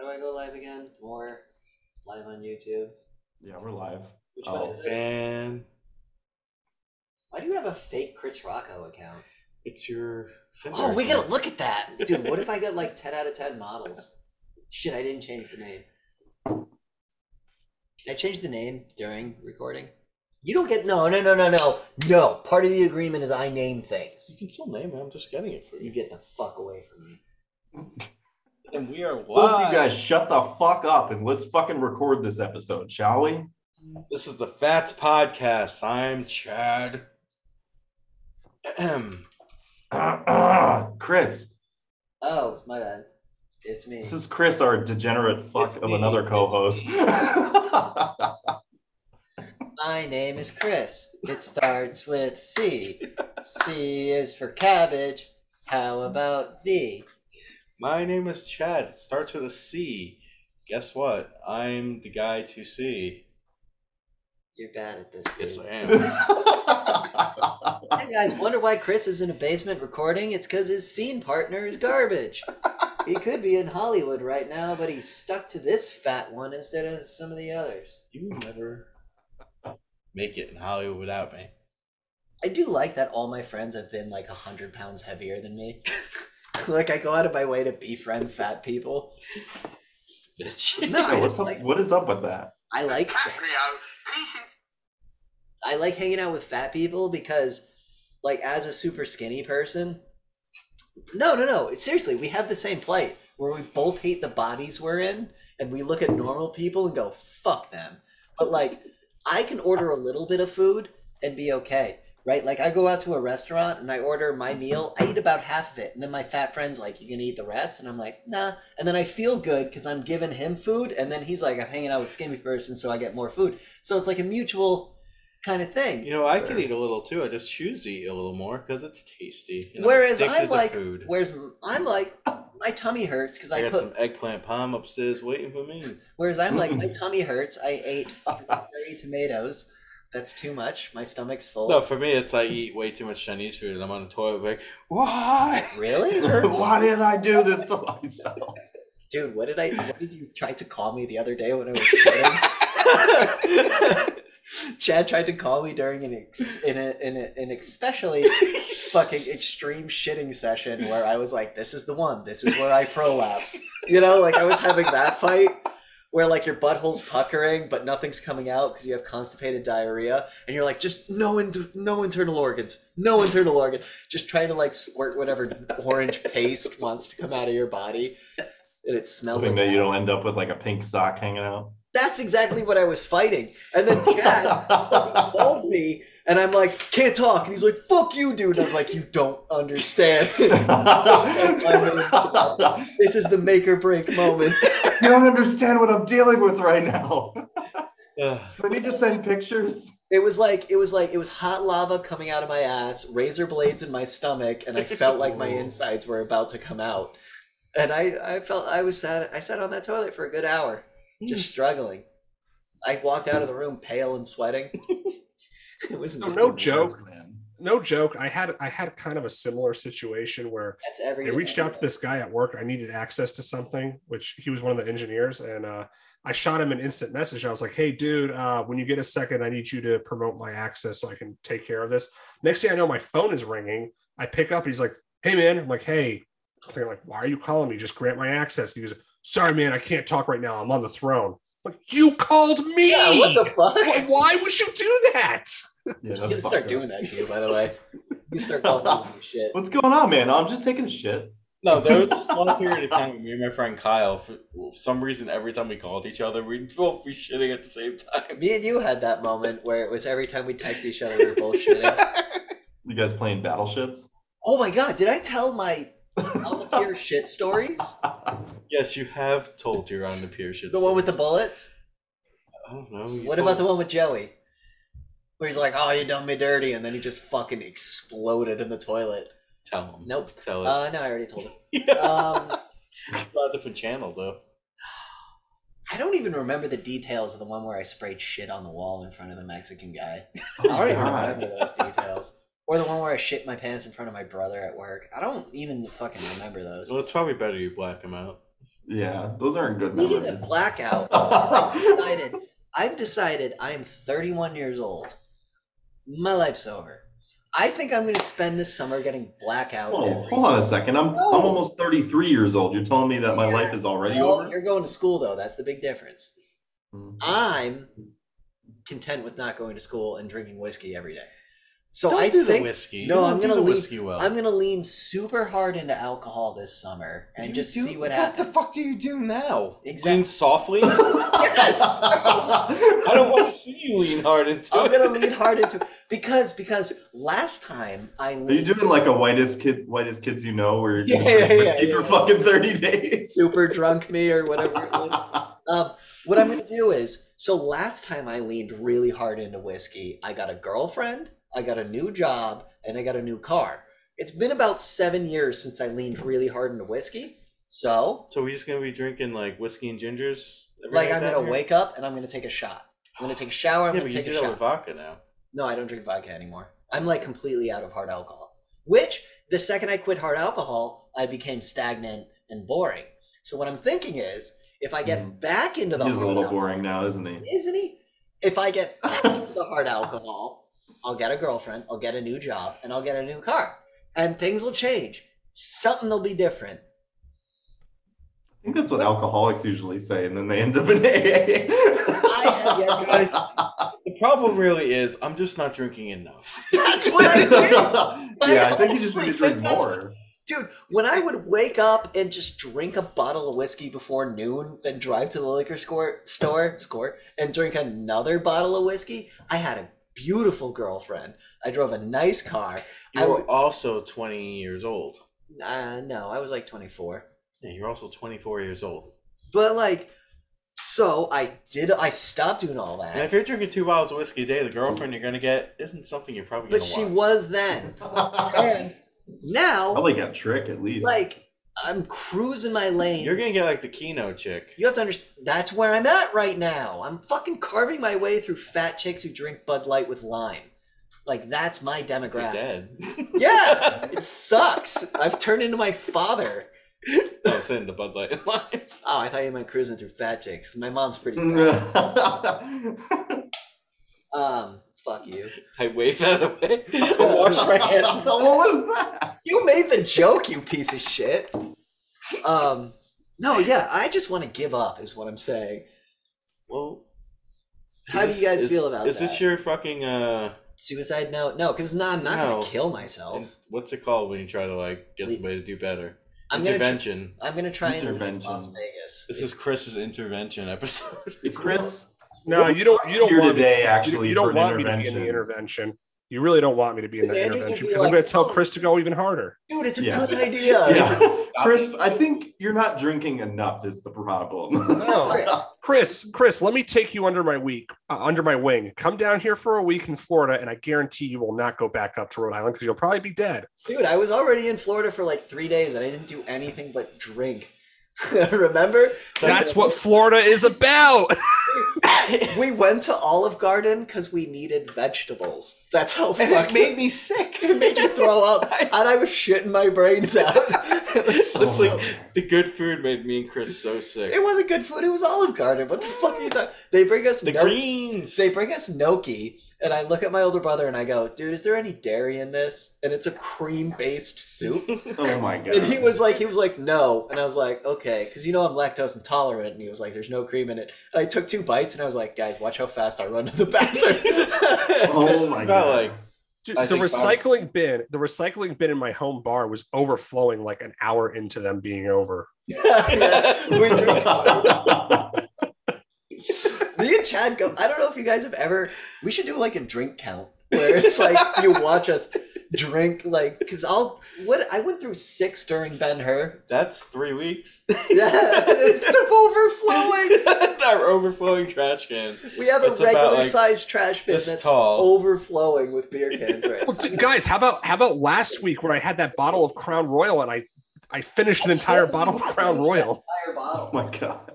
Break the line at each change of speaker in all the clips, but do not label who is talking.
do I go live again? More live on YouTube.
Yeah, we're live.
Which one
Oh
is it?
man,
Why do you have a fake Chris Rocco account?
it's your. Tinder
Oh, we gotta
account.
look at that, dude. What if I got like ten out of ten models? Shit, I didn't change the name. Can I change the name during recording? You don't get no, no, no, no, no, no. Part of the agreement is I name things.
You can still name it. I'm just getting it for
You
you.
get the fuck away from me.
And we are live.
Both you guys shut the fuck up and let's fucking record this episode, shall we?
This is the Fats Podcast. I'm Chad. Ahem.
Chris,
Oh, it's my bad. It's me.
this is Chris, our degenerate fuck
It's
of
me,
another
it's
co-host.
My name is Chris. It starts with C. C is for cabbage. How about the?
My name is Chad. It starts with a C. Guess what? I'm the guy to see.
You're bad at this. Dude.
Yes, I am.
Hey guys, wonder why Chris is in a basement recording? It's because his scene partner is garbage. he could be in Hollywood right now, but he's stuck to this fat one instead of some of the others.
you will never make it in Hollywood without me.
I do like that all my friends have been like 100 pounds heavier than me. like, I go out of my way to befriend fat people.
Bitch.
No, I,
Yo, what's
just
up,
like,
what is up with that?
I like I like hanging out with fat people because, like, as a super skinny person, no, no, no. Seriously, we have the same plight where we both hate the bodies we're in, and we look at normal people and go, "Fuck them." But like, I can order a little bit of food and be okay, right? Like, I go out to a restaurant and I order my meal. I eat about half of it, and then my fat friend's like, "You gonna eat the rest?" And I'm like, "Nah." And then I feel good because I'm giving him food, and then he's like, "I'm hanging out with skinny person, so I get more food." So it's like a mutual kind of thing.
You know, I
Fair.
could eat a little too. I just choose to eat a little more because it's tasty. and I'm
Whereas
addicted
I'm
to
like,
food.
whereas I'm like, my tummy hurts because
I
I,
got
put.
some eggplant palm upstairs waiting for me.
Whereas I'm like, my tummy hurts. I ate thirty tomatoes. That's too much. My stomach's full.
No, for me, it's I eat way too much Chinese food and I'm on the toilet like, why?
Really,
hurts.
Why did I do this to myself?
dude? What did I? What did you try to call me the other day when I was shitting? Chad tried to call me during an ex, in a, in a, an especially fucking extreme shitting session where I was like, "This is the one. This is where I prolapse." You know, like I was having that fight where like your butthole's puckering but nothing's coming out because you have constipated diarrhea, and you're like, just no in- no internal organs, no internal organ, just trying to like squirt whatever orange paste wants to come out of your body, and it smells
Hoping
like
that you
ass.
don't end up with like a pink sock hanging out.
That's exactly what I was fighting, and then Chad. fucking calls me and I'm like, can't talk. And he's like, fuck you, dude. I was like, you don't understand. this is the make or break moment.
you don't understand what I'm dealing with right now.
Ugh.
Let me just send pictures.
It was like it was like it was hot lava coming out of my ass, razor blades in my stomach, and I felt like my
Ooh.
insides were about to come out. And I, I felt I was sat I sat on that toilet for a good hour, just struggling. I walked out of the room pale and sweating. it was
No,
intense.
no joke. No joke. I had I had kind of a similar situation where
That's every
I reached out to this guy at work. I needed access to something, which he was one of the engineers, and uh, I shot him an instant message. I was like, "Hey, dude, uh, when you get a second, I need you to promote my access so I can take care of this." Next thing I know, my phone is ringing. I pick up. He's like, "Hey, man." I'm like, "Hey." I'm thinking like, "Why are you calling me? Just grant my access." He goes, "Sorry, man, I can't talk right now. I'm on the throne." I'm like, you called me.
Yeah, what the fuck?
Why- Why would you do that?
Yeah,
I'm
that's
gonna
fucked
start
up.
doing that to you, by the way. You start calling me shit.
What's going on, man? I'm just taking a shit.
No, there was this long period of time when me and my friend Kyle, for for some reason, every time we called each other, we'd both be shitting at the same time.
Me and you had that moment where it was every time we text each other, we were bullshitting.
You guys playing battleships?
oh my god, did I tell my on the pier shit stories?
Yes, you have told you're on the pier shit.
The one with the
stories.
bullets?
I don't know. you
What
told
about the one with Joey? Where he's like, oh, you done me dirty, and then he just fucking exploded in the toilet.
Tell him.
Nope.
Tell it.
Uh, no, I already told him.
yeah,
Um,
it's on a different channel though.
I don't even remember the details of the one where I sprayed shit on the wall in front of the Mexican guy.
Oh,
I don't even
God.
remember those details. Or the one where I shit my pants in front of my brother at work. I don't even fucking remember those.
Well, it's probably better you black him out.
Yeah, those aren't good
Speaking of
memories.
blackout, I've decided I've decided I'm 31 years old. My life's over. I think I'm going to spend this summer getting blackout.
Oh,
every
hold on a second. I'm
No.
I'm almost 33 years old. You're telling me that my
Yeah.
life is already
summer. Well,
over? Hmm.
You're going to school though. That's the big difference. I'm content with not going to school and drinking whiskey every day. So
don't
I
do the
think
whiskey.
no,
You don't
I'm
do
gonna
the
leave-
whiskey well.
I'm going to lean super hard into alcohol this summer and
You
just
do-
see what happens.
What the fuck do you do now?
Exactly.
Lean softly.
Yes.
I don't want to see you lean hard into
I'm
it.
gonna lean hard into because because last time I
Are you
leaned
doing like a whitest kids whitest kids you know where you're
Yeah,
drinking
yeah, yeah,
whiskey for
yeah.
fucking 30 days?
super drunk me or whatever. It was. Um, what I'm gonna do is so last time I leaned really hard into whiskey. I got a girlfriend, I got a new job, and I got a new car. It's been about seven years since I leaned really hard into whiskey. So
So we just gonna be drinking like whiskey and gingers. every
like
night
I'm
down
gonna
here?
wake up and I'm gonna take a shot. I'm gonna take a shower. I'm
Yeah,
gonna
but
take
you do
a
that with
shot.
vodka now.
No, I don't drink vodka anymore. I'm like completely out of hard alcohol. Which the second I quit hard alcohol, I became stagnant and boring. So what I'm thinking is, if I get
Mm.
back into the
He's a
hard
little
alcohol,
boring now, isn't he?
isn't he? If I get back into the hard alcohol, I'll get a girlfriend, I'll get a new job, and I'll get a new car, and things will change. Something will be different.
I think that's what alcoholics usually say, and then they end up in AA.
I have yet to-
Guys, the problem really is I'm just not drinking enough.
That's what I think.
yeah, I think you just
honestly
need to drink
think that's-
more.
Dude, when I would wake up and just drink a bottle of whiskey before noon, then drive to the liquor score, store score and drink another bottle of whiskey, I had a beautiful girlfriend. I drove a nice car. I
You're
would-
also 20 years old.
Uh, no, I was like 24.
Yeah, you're also 24 years old.
But like, so I did, I stopped doing all
And
that.
if you're drinking two bottles of whiskey a day, the girlfriend you're gonna get isn't something you're probably gonna
But she
want.
was then. And now,
Probably got trick at least.
like, I'm cruising my lane.
You're gonna get like the Kino chick.
You have to understand that's where I'm at right now. I'm fucking carving my way through fat chicks who drink Bud Light with lime. Like that's my
You're
demographic.
dead.
Yeah, it sucks. I've turned into my father.
I was saying the Bud Light and limes.
Oh, I thought you meant cruising through fat chicks. My mom's pretty.
Mm-hmm.
fat.
I
um, fuck you.
I waved that away. I washed my hands.
what was that?
You made the joke, you piece of shit. Um, no, yeah, I just want to give up, is what I'm saying.
Well,
How
is
do you guys
is-
feel about
Is this
that?
your fucking uh?
Suicide note? No, because no, I'm not
No.
gonna kill myself.
What's it called when you try to like get
Le-
somebody to do better?
I'm gonna. Tr-
intervention.
I'm gonna try and leave
Intervention.
Las Vegas.
This is Chris's intervention episode.
Chris,
No, you don't. You don't
here
want me-
today
you don't-
actually
you don't
for an
want me to be in the
intervention.
intervention. You really don't want me to be in
Because
that
Andrews would
intervention
be
because I'm
like,
going to tell
"Oh."
Chris to go even harder.
Dude, it's a
Yeah.
good idea.
Yeah. Chris, I think you're not drinking enough is the problem.
No,
Chris,
Chris, Chris, let me take you under my week, uh, under my wing. Come down here for a week in Florida, and I guarantee you will not go back up to Rhode Island because you'll probably be dead.
dude, I was already in Florida for like three days and I didn't do anything but drink. Remember?
That's what Florida is about.
we went to Olive Garden because we needed vegetables. That's how fucked up-
me sick.
it made you throw up, and I was shitting my brains out. it, was so-
It's like the good food made me and Chris so sick.
Oh. it wasn't good food. It was Olive Garden. What the fuck are you talking? They bring us
the
no-
greens.
They bring us gnocchi, and I look at my older brother and I go, "Dude, is there any dairy in this?" And it's a cream-based soup.
oh my god.
And he was like, he was like, no. And I was like, okay, because you know I'm lactose intolerant. And he was like, there's no cream in it. And I took two bites, and I was like, guys, watch how fast I run to the bathroom.
This
Oh
is
my
about,
god.
like,
Dude,
I
the
think Bob's-
recycling bin, the recycling bin in my home bar was overflowing like an hour into them being over.
Yeah, we drink- Me and Chad go. I don't know if you guys have ever. We should do like a drink count where it's like you watch us drink like because I'll what I went through six during Ben Hur.
That's three weeks.
Yeah, it's overflowing.
Our overflowing trash can.
We have a
It's about,
regular
like,
size trash bin
This
that's
tall.
overflowing with beer cans right now.
Well, dude, guys, how about how about last week where I had that bottle of Crown Royal and I I finished an entire bottle of Crown Royal.
Entire bottle.
oh my god.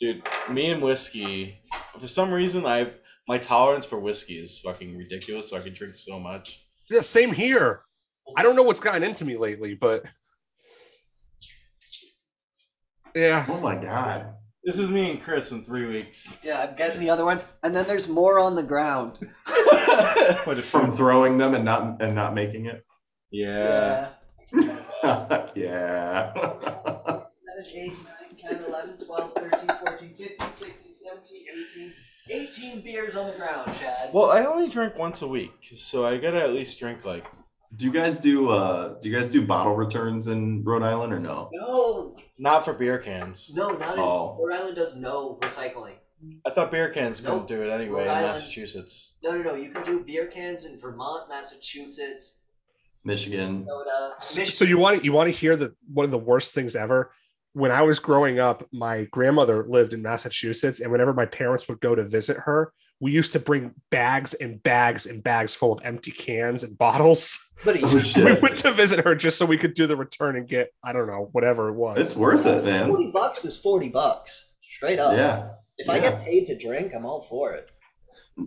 Dude, me and whiskey. For some reason, I've my tolerance for whiskey is fucking ridiculous. So I can drink so much.
Yeah, same here. I don't know what's gotten into me lately, but Yeah.
Oh my god.
This is me and Chris in three weeks.
Yeah, I'm getting the other one, and then there's more on the ground.
Put it
From throwing them and not and not making it.
Yeah.
yeah.
8, 9, 10, 11, 12, 13, 14, 15, 16, 17, 18. 18 beers on the ground, Chad.
Well, I only drink once a week, so I gotta at least drink like.
do you guys do uh do you guys do bottle returns in Rhode Island or no?
No,
Not for beer cans.
no, not in
Oh.
Rhode Island does no recycling.
I thought beer cans
No.
couldn't do it anyway
Rhode
in
Island.
Massachusetts.
No, no, no. You can do beer cans in Vermont, Massachusetts,
Michigan.
Minnesota,
So,
Michigan.
so you want to you want to hear the one of the worst things ever? When I was growing up, my grandmother lived in Massachusetts, and whenever my parents would go to visit her, we used to bring bags and bags and bags full of empty cans and bottles.
But
Oh
We
shit.
went to visit her just so we could do the return and get I don't know whatever it
It's
was.
worth it, man.
forty bucks is forty bucks, straight up.
Yeah.
If I get paid to drink, I'm all for it.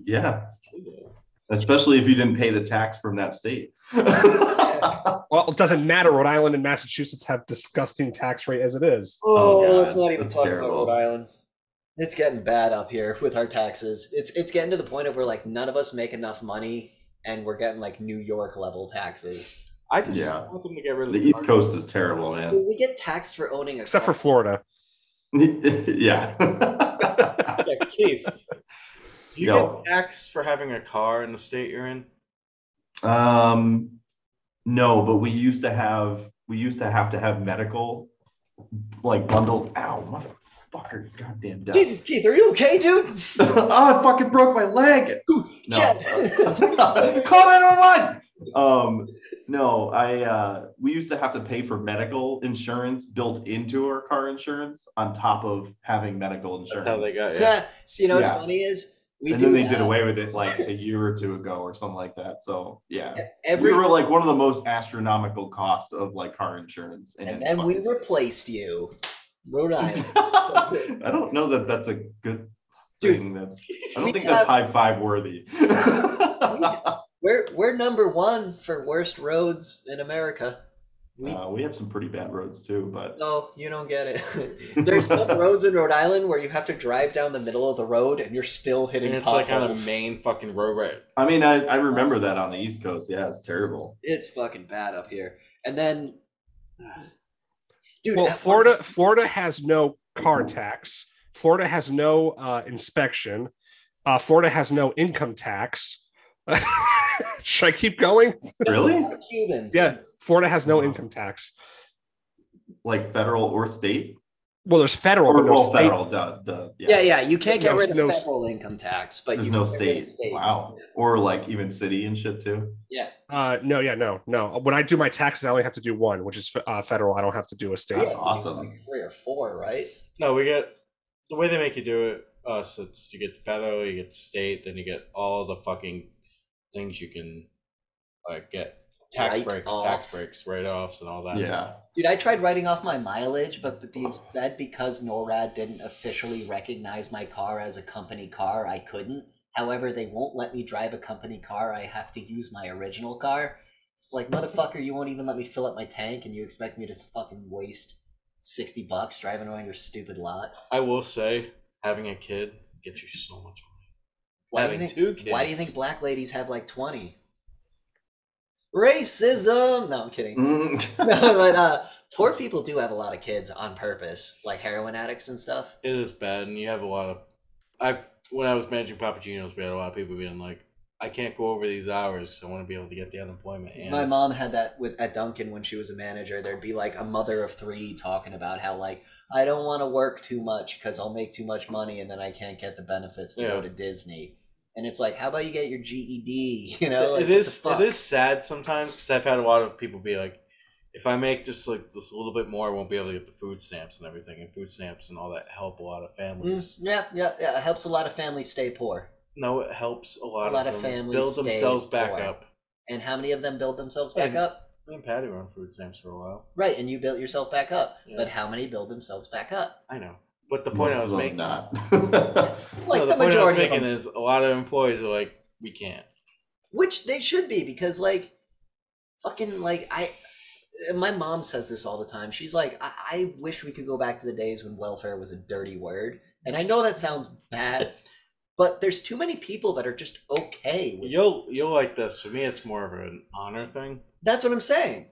Yeah. Especially if you didn't pay the tax from that state.
Well, it doesn't matter. Rhode Island and Massachusetts have disgusting tax rate as it is.
Oh,
God,
let's not even
that's
talk
terrible.
about Rhode Island. It's getting bad up here with our taxes. It's it's getting to the point of where like none of us make enough money, and we're getting like New York level taxes.
I just
Yeah.
want them to get rid of
the East Coast is terrible,
I
man.
mean, we get taxed for owning a
Except for
car.
Florida.
yeah.
Yeah, Keith. You
Yo.
get taxed for having a car in the state you're in.
um no, but we used to have we used to have to have medical like bundled ow motherfucker goddamn death.
Jesus, Keith, are you okay, dude?
oh, I fucking broke my leg. No.
Chad.
Call 911. Um, no, I uh, we used to have to pay for medical insurance built into our car insurance on top of having medical
That's
insurance.
how they got you.
so you know what's
Yeah.
funny is we
and
do
then they did
that.
away with it like a year or two ago or something like that. So yeah,
every
we were like one of the most astronomical cost of like car insurance. in
and then we
fucking-
replaced you, Rhode Island.
I don't know that that's a good
Dude,
thing. That, I don't
we
think
have-
that's high five worthy. uh,
We're we're number one for worst roads in America. We
Uh, we have some pretty bad roads too, but
no, you don't get it. There's some roads in Rhode Island where you have to drive down the middle of the road and you're still hitting
And it's like on the
potholes.
main fucking road right.
I mean, I, I remember that on the East Coast. Yeah, it's terrible.
It's fucking bad up here. And then, dude,
Well,
at one-
Florida Florida has no car tax. Florida has no uh, inspection. Uh, Florida has no income tax. Should I keep going?
there's a
Really?
lot of Cubans.
Yeah, Florida has no
Wow.
income tax.
Like federal or state?
Well, there's federal,
Or
but no
well,
state.
federal, duh, duh,
yeah,
yeah.
yeah. You can't get
No-
rid of
no-
federal income tax, but
There's
you
no
can get rid
state.
of state.
Wow.
Yeah.
Or like even city and shit too.
Uh, no, yeah, no, no. When I do my taxes, I only have to do one, which is uh, federal. I don't have to do a state.
You have to do,
awesome.
Like three or four, right?
No, we get the way they make you do it. Us, it's you get the federal, you get the state, then you get all the fucking things you can like get tax
Write
breaks,
off.
tax breaks, write offs, and all that. stuff.
yeah.
Dude, I tried writing off my mileage, but but these said because NORAD didn't officially recognize my car as a company car, I couldn't. However, they won't let me drive a company car. I have to use my original car. It's like, motherfucker, you won't even let me fill up my tank, and you expect me to fucking waste sixty bucks driving around your stupid lot.
I will say, having a kid gets you so much money.
Why do you
Having
think?
two kids.
Why do you think black ladies have like twenty? Racism. No, I'm kidding.
Mm.
no, but uh, poor people do have a lot of kids on purpose, like heroin addicts and stuff.
It is bad, and you have a lot of. I when I was managing Papagenos, we had a lot of people being like, "I can't go over these hours because I want to be able to get the unemployment." And
My mom had that with at Duncan when she was a manager. There'd be like a mother of three talking about how like I don't want to work too much because I'll make too much money and then I can't get the benefits to go
Yeah.
to Disney. And it's like, how about you get your GED? You know, like,
it
what
is
the fuck?
it is sad sometimes because I've had a lot of people be like, if I make just like this a little bit more, I won't be able to get the food stamps and everything, and food stamps and all that help a lot of
Mm,
families.
yeah, yeah, yeah. It helps a lot of families stay poor.
No, it helps a lot,
A lot of
them
families
build
stay
themselves back
poor.
up.
And how many of them build themselves back
And-
up?
Me and Patty were on food stamps for a while.
Right, and you built yourself back up.
Yeah.
But how many build themselves back up?
I know, but the point I was
Well,
making,
Not.
Like
no,
the,
point I was
majority of
making
them.
is a lot of employees are like, we can't.
which they should be because like fucking like i and my mom says this all the time. She's like, I, I wish we could go back to the days when welfare was a dirty word. And I know that sounds bad, but there's too many people that are just okay with
You'll you'll like this. For me, it's more of an honor thing.
That's what I'm saying.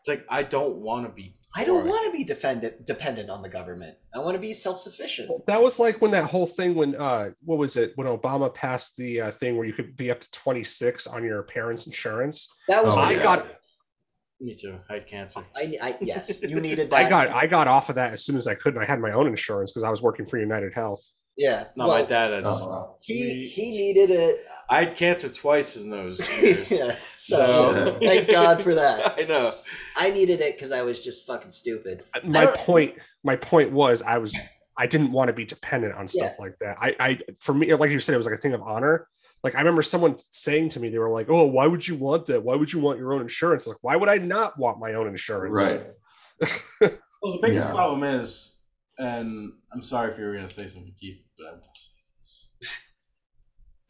It's like I don't want to be.
I don't
poor.
want to be defendant dependent on the government. I want to be self sufficient.
Well, that was like when that whole thing when uh what was it when Obama passed the uh, thing where you could be up to 26 on your parents' insurance.
That was
Oh,
what
I
yeah.
got
Me too. I had cancer.
I, I yes, you needed that.
I got I got off of that as soon as I could and I had my own insurance because I was working for United Health.
yeah.
No,
well,
my dad had.
Oh, wow.
he he needed it.
I had cancer twice in those years.
yeah, so
So
thank God for that.
I know.
I needed it because I was just fucking stupid.
my
don't-
point my point was i was i didn't want to be dependent on stuff like that i i for me like you said it was like a thing of honor like i remember someone saying to me they were like oh why would you want that why would you want your own insurance like why would i not want my own insurance
Right.
Well, the biggest
Yeah.
problem is, and I'm sorry if you were going to say something, Keith, but I won't say this.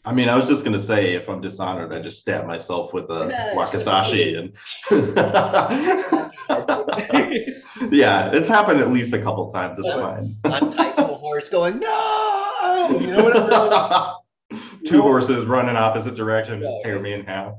I mean, I was just gonna say, if I'm dishonored, I just stab myself with a
Yes.
wakasashi, and yeah, it's happened at least a couple times. It's
Yeah.
fine.
I'm tied to a horse, going no.
You know what it
Two horses run in opposite directions, just
Yeah.
tear me in half.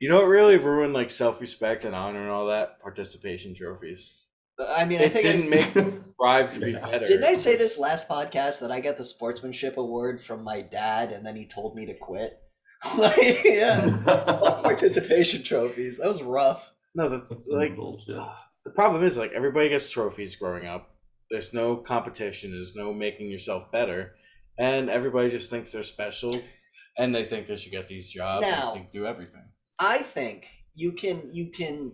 You know what really ruined like self respect and honor and all that? Participation trophies.
I mean, I
It
think I
didn't
s-
make strive to be
Yeah.
better.
Didn't I say this last podcast that I got the sportsmanship award from my dad, and then he told me to quit? like, yeah, Fuck participation trophies. That was rough.
No, the, like
bullshit.
the problem is like everybody gets trophies growing up. There's no competition. There's no making yourself better, and everybody just thinks they're special, and they think they should get these jobs.
Now-
and think do everything.
I think you can you can.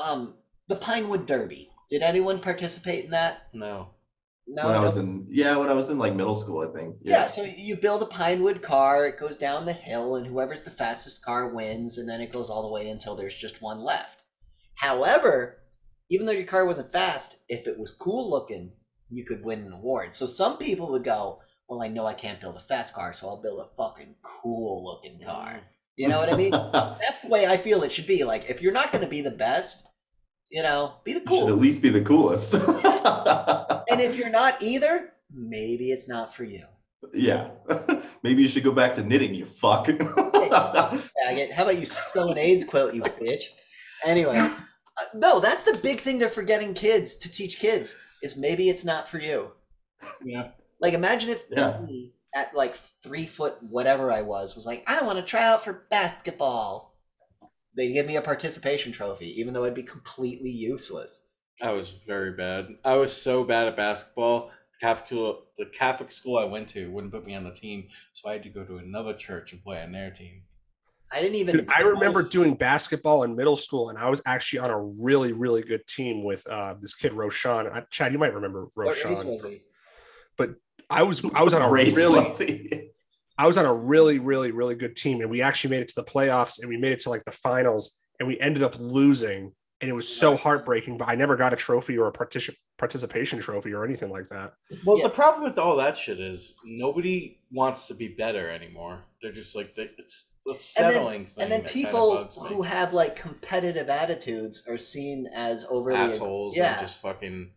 Um, the Pinewood Derby. Did anyone participate in that?
No,
No.
when I
no.
was in yeah, when I was in like middle school, I think.
Yeah, so you build a pinewood car, it goes down the hill, and whoever's the fastest car wins, and then it goes all the way until there's just one left. However, even though your car wasn't fast, if it was cool looking, you could win an award. So some people would go, Well, I know I can't build a fast car, so I'll build a fucking cool looking car. You know what I mean? That's the way I feel it should be. Like, if you're not going to be the best, you know, be the
You should at
cool.
least be the coolest.
And if you're not either, maybe it's not for you.
yeah. Maybe you should go back to knitting, you fuck.
faggot. How about you sew an AIDS quilt, you bitch? Anyway, uh, no, that's the big thing they're forgetting kids to teach kids is maybe it's not for you.
Yeah.
Like, imagine if
Yeah.
me at like three foot whatever I was was like, I want to try out for basketball. They'd give me a participation trophy, even though I'd be completely useless.
I was very bad. I was so bad at basketball. The Catholic school, the Catholic school I went to wouldn't put me on the team, so I had to go to another church and play on their team.
I didn't even.
Dude, i remember doing basketball in middle school and i was actually on a really really good team with uh this kid roshan I, chad you might remember
What race
roshan
was he?
i was i was on a
Race
really
was he?
I was on a really, really, really good team, and we actually made it to the playoffs, and we made it to like the finals, and we ended up losing, and it was so heartbreaking. But I never got a trophy or a partici- participation trophy or anything like that.
Well,
Yeah.
the problem with all that shit is nobody wants to be better anymore. They're just like they, it's the
And then-
settling thing.
And then
that kinda
people
bugs me.
who have like competitive attitudes are seen as overly
assholes
Yeah,
and just fucking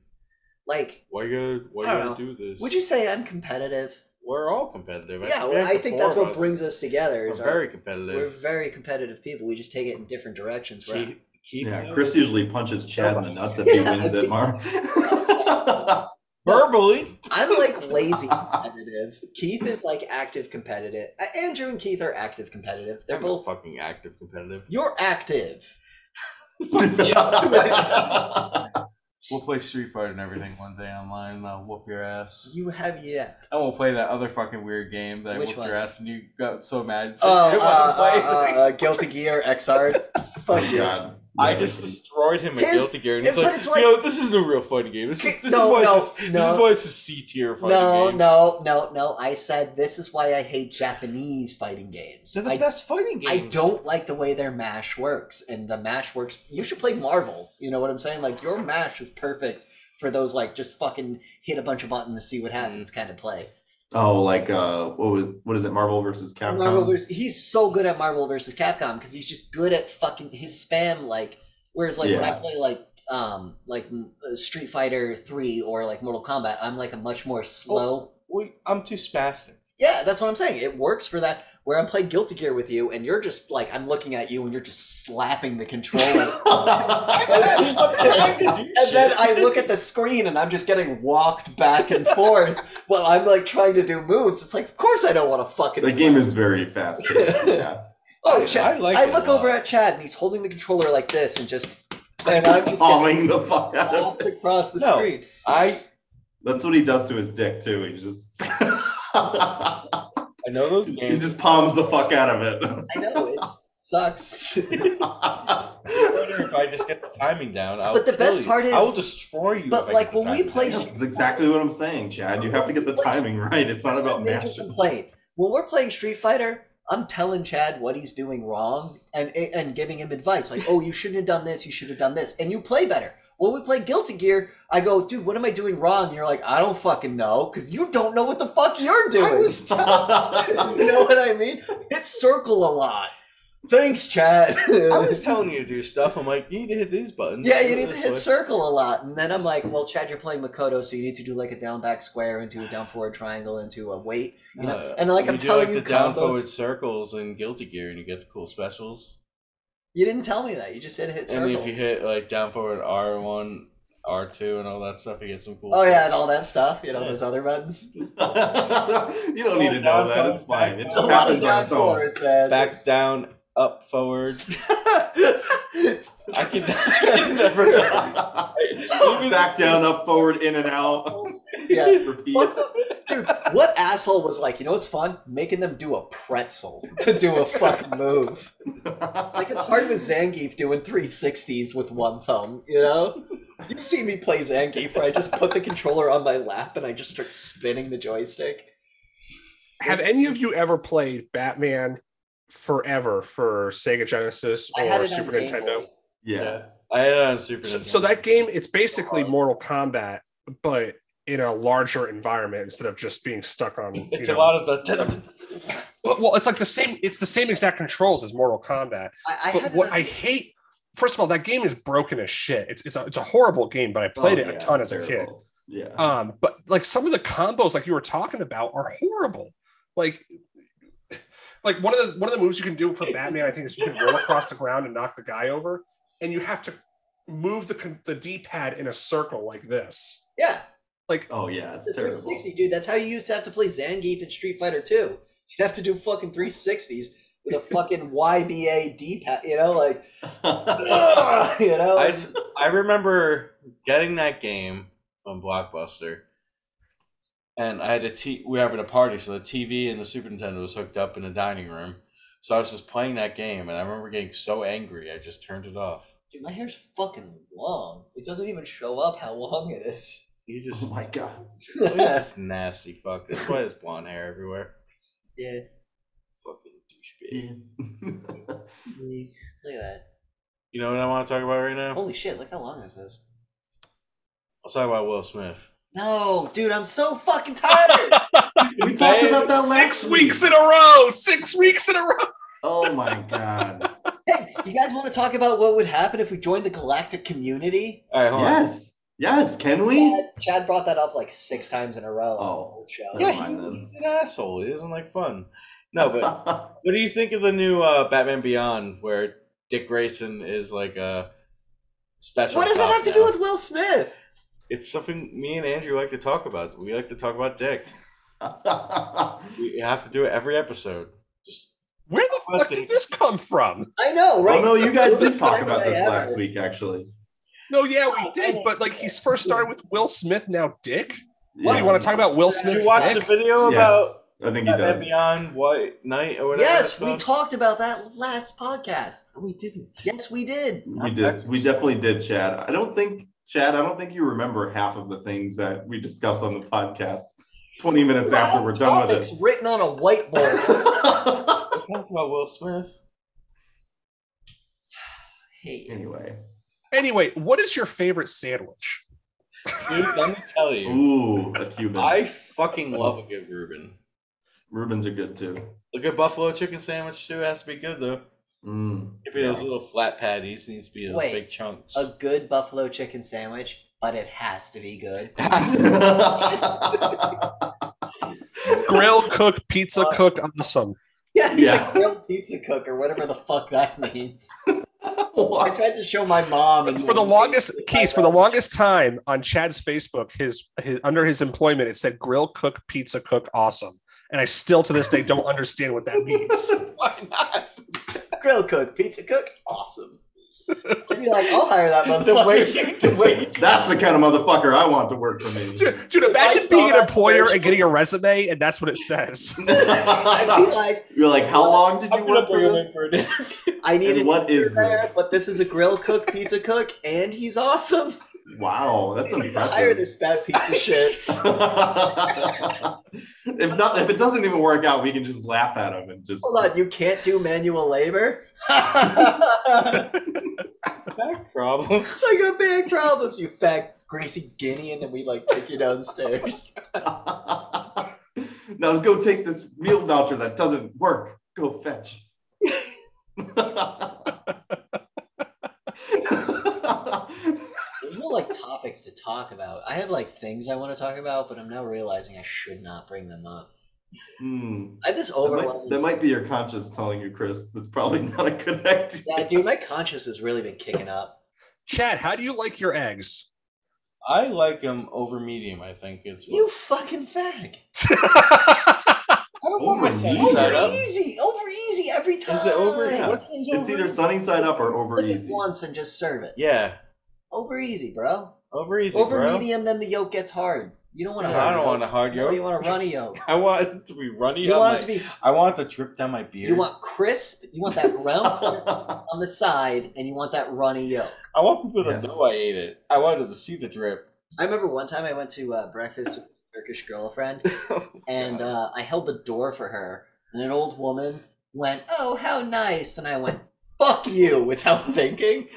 like
why you why
I
you
don't
gotta do this?
Would you say I'm competitive?
We're all competitive.
yeah, well,
there's
I
the
think
four
that's
of
what
us.
brings us together.
We're
Is
very
our, we're
competitive.
very competitive people. We just take it in different directions. We're
Keith, Keith
Yeah, Chris usually punches Chad in the nuts if he
Yeah,
wins
I
it,
think-
Mark.
verbally.
I'm like lazy competitive. Keith is like active competitive. Uh, Andrew and Keith are active competitive. They're
I'm
both.
not fucking active competitive.
You're active.
We'll play Street Fighter and everything one day online. and I'll whoop your ass.
You have yeah.
And we'll play that other fucking weird game that I
Which
whooped
one?
your ass and you got so mad. and said,
Oh, uh,
"I wanna
uh,
play."
uh, uh, Guilty Gear XR. Fuck
oh
you.
God.
I just destroyed him at
His-
Guilty Gear, and
it-
it's like,
but it's like-
you know, this isn't a real fighting game. This is this
No,
is why
no,
it's this, this
no.
is why it's a C tier fighting
No,
game.
no, no, no. I said this is why I hate Japanese fighting games.
they're the
I
best fighting games.
I don't like the way their mash works, and the mash works. You should play Marvel. You know what I'm saying? Like your mash is perfect for those like just fucking hit a bunch of buttons and see what happens kind of play.
Oh, like uh, what was what is it? Marvel versus Capcom.
Marvel versus, he's so good at Marvel versus Capcom because he's just good at fucking his spam. Like, whereas like when I
Yeah.
play like um like uh, Street Fighter Three or like Mortal Kombat, I'm like a much more slow.
Well, I'm too spastic.
Yeah, that's what I'm saying. It works for that. Where I'm playing Guilty Gear with you, and you're just like I'm looking at you, and you're just slapping the controller. and then I look at the screen and I'm just getting walked back and forth while I'm like trying to do moves. It's like, of course I don't want to fucking.
the game is very fast. Yeah.
Oh, Chad!
I like
I
it a
look over
lot.
at Chad and he's holding the controller like this and just and I'm just getting
Hauling the fuck out of
walked
it.
across the
No.
screen.
I
That's what he does to his dick too. He just
I know those
he
games.
just palms the fuck out of it.
I know it sucks.
I wonder if I just get the timing down. I'll
But the
kill
best
you.
part
I will
is-
destroy you.
but,
if I
like,
get the
when we
timing
play
down.
sh-
That's exactly what I'm saying, Chad. You have to get the timing right. It's not about
major
mashing.
complaint. When we're playing Street Fighter, I'm telling Chad what he's doing wrong and and giving him advice like, "Oh, you shouldn't have done this. You should have done this." And you play better. When we play Guilty Gear, I go, "Dude, what am I doing wrong?" And you're like, "I don't fucking know," because you don't know what the fuck you're doing.
I was telling,
you know what I mean? Hit circle a lot. Thanks, Chad.
I was telling you to do stuff. I'm like, you need to hit these buttons.
yeah, you
Do
need to
this
hit
way.
circle a lot. And then I'm like, well, Chad, you're playing Makoto, so you need to do like a down back square into a down forward triangle into a weight. You know?
Uh,
and like,
you
I'm
do,
telling you
like the down
combos.
forward circles in Guilty Gear, and you get the cool specials.
You didn't tell me that. You just said hit circle.
And if you hit like down forward R one, R two, and all that stuff, you get some cool.
oh,
stuff.
yeah, and all that stuff. You know,
Yeah.
those other buttons.
you don't need to know that. It's fine. It
A
just
lot of
happens on
down
its own.
forwards, man.
Back down, up forward. I can, I can never. Even-
Back down, up, forward, in and out.
yeah.
Repeat.
Fuck those- Dude, what asshole was like, you know what's fun? Making them do a pretzel to do a fucking move. Like, it's hard with Zangief doing 360s with one thumb, you know? You've seen me play Zangief where I just put the controller on my lap and I just start spinning the joystick.
Have any of you ever played Batman Forever for Sega Genesis
I had
or
it on
Super
Game
Nintendo?
Boy.
Yeah.
I had it on Super
So,
Nintendo.
so that game, it's basically Mortal Kombat, but in a larger environment instead of just being stuck on. you
It's a
know-
lot of the.
Well, well, it's like the same. It's the same exact controls as Mortal Kombat.
I, I had
But
it
what
on-
I hate, first of all, that game is broken as shit. It's it's a, it's a horrible game, but I played
Oh,
it
yeah,
a ton as
it's
a kid.
terrible. Yeah.
Um, but like some of the combos, like you were talking about, are horrible. Like, like one of the one of the moves you can do for Batman, I think, is you can roll across the ground and knock the guy over, and you have to move the con- the D pad in a circle like this.
yeah,
Like,
oh yeah,
the
it's terrible.
360, dude. That's how you used to have to play Zangief in Street Fighter 2. You'd have to do fucking 360s with a fucking YBA D pad, you know? Like,
Oh
ugh, you know?
I, s- I remember getting that game from Blockbuster, and I had a t- we were having a party, so the TV and the Super Nintendo was hooked up in the dining room. So I was just playing that game, and I remember getting so angry, I just turned it off.
Dude, my hair's fucking long. It doesn't even show up how long it is.
You
oh
just,
my god.
he's just nasty fuck. That's why there's blonde hair everywhere.
yeah.
Fucking douchebag.
That's
Look at that.
You know what I want to talk about right now?
Holy shit, look how long this is.
Let's talk about Will Smith.
No, dude, I'm so fucking tired.
We talked about that last
six
week.
weeks in a row, six weeks in a row.
Oh my god.
hey, you guys want to talk about what would happen if we joined the galactic community?
All right, hold on.
yes. Yes, can we?
Chad, Chad brought that up like six times in a row. on
Oh.
the whole show.
Never
Yeah,
mind
he,
then.
he's an asshole. He doesn't like fun. No, but What do you think of the new uh, Batman Beyond, where Dick Grayson is like a special?
What does
cop
that have to
now?
do with Will Smith?
It's something me and Andrew like to talk about. We like to talk about Dick.
Oh,
We have to do it every episode. Just
Where the fuck did this come from?
I know, right?
Oh no, you guys
This
did
is
talk
the
about
best
this
ever.
last week, actually.
No, yeah, we did, but like he's first started with Will Smith, now Dick. What
Yeah.
you want to talk about? Will
you
Smith's
watched the
dick?
video
Yes,
about
I think he
Batman
does.
Beyond White Knight or whatever.
Yes,
it's
we
called?
talked about that last podcast.
No, we didn't.
Yes, we did.
We did. We definitely did, Chad. I don't think, Chad. I don't think you remember half of the things that we discussed on the podcast. Twenty minutes after we're done with
Topics written on a whiteboard.
it.
We talked about Will Smith.
Hey,
anyway,
Anyway, what is your favorite sandwich?
Dude, let me tell you,
Ooh, a Cuban.
I fucking love a good Reuben.
Rubens are good too.
A good buffalo chicken sandwich too has to be good though.
Mm.
If it has little flat patties, it needs to be those
Wait,
big chunks.
A good buffalo chicken sandwich, but it has to be good.
Grill cook, pizza cook, awesome.
Yeah, he's
Yeah.
a grilled pizza cook or whatever the fuck that means. I
What?
tried to show my mom and
For the longest, Keith, for the longest time on Chad's Facebook, his, his under his employment, it said grill cook, pizza cook, awesome. And I still to this day don't understand what that means.
Why not?
grill cook, pizza cook, awesome. I'd be like, I'll hire that
The
motherfucker.
way you, the way you
That's the kind of motherfucker I want to work for me.
Dude, dude,
I
imagine
saw
being an
that
employer
version.
and getting a resume, and that's what it says.
I'd be like,
You're like, how long did you
I'm gonna
work for
bring him
this?
in for an interview.
I need
And
an
what is
there,
this?
but this is a grill cook, pizza cook, and he's awesome.
Wow, that's
I need to hire
impressive.
this fat piece of shit.
if not, if it doesn't even work out, we can just laugh at him and just.
Hold on, you can't do manual labor?
Back problems.
I got big problems, you fat greasy guinea, and then we like take you downstairs.
now go take this meal voucher that doesn't work. Go fetch.
There's no like topics to talk about. I have like things I want to talk about, but I'm now realizing I should not bring them up.
Hmm.
I have this
That, might,
overwhelming.
that might be your conscience telling you, Chris. That's probably not a good idea.
yeah, dude, my conscience has really been kicking up.
Chad, how do you like your eggs?
I like him over medium. I think it's what-
You fucking fag.
I don't
Over
want my son
medium?
set
Over
up.
easy, over easy every time.
Is it over?
Yeah.
Which one's
It's
over?
either sunny side up or over
Flip it
easy.
once and just serve it.
yeah,
Over easy, bro.
over easy,
over
bro.
medium, then the yolk gets hard. You don't want to.
I don't want a hard
No, you
yolk.
want a runny yolk.
I want it to be runny.
You
on
want
my-
it to be.
I want it to drip down my beard.
You want crisp. You want that round crisp on the side, and you want that runny yolk.
I want people to
Yes.
know I ate it. I wanted to see the drip.
I remember one time I went to uh, breakfast with a Turkish girlfriend,
Oh,
and uh, I held the door for her, and an old woman went, "Oh, how nice," and I went, "Fuck you," without thinking.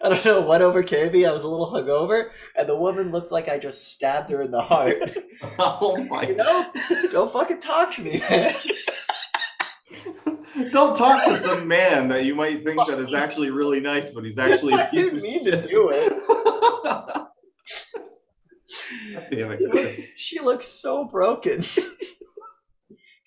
I don't know what overcame me. I was a little hungover, and the woman looked like I just stabbed her in the heart.
oh my
you know, don't fucking talk to me, man.
Don't talk to some man that you might think that is actually really nice, but he's actually a
I didn't mean to do it.
God damn it. Chris.
She looks so broken.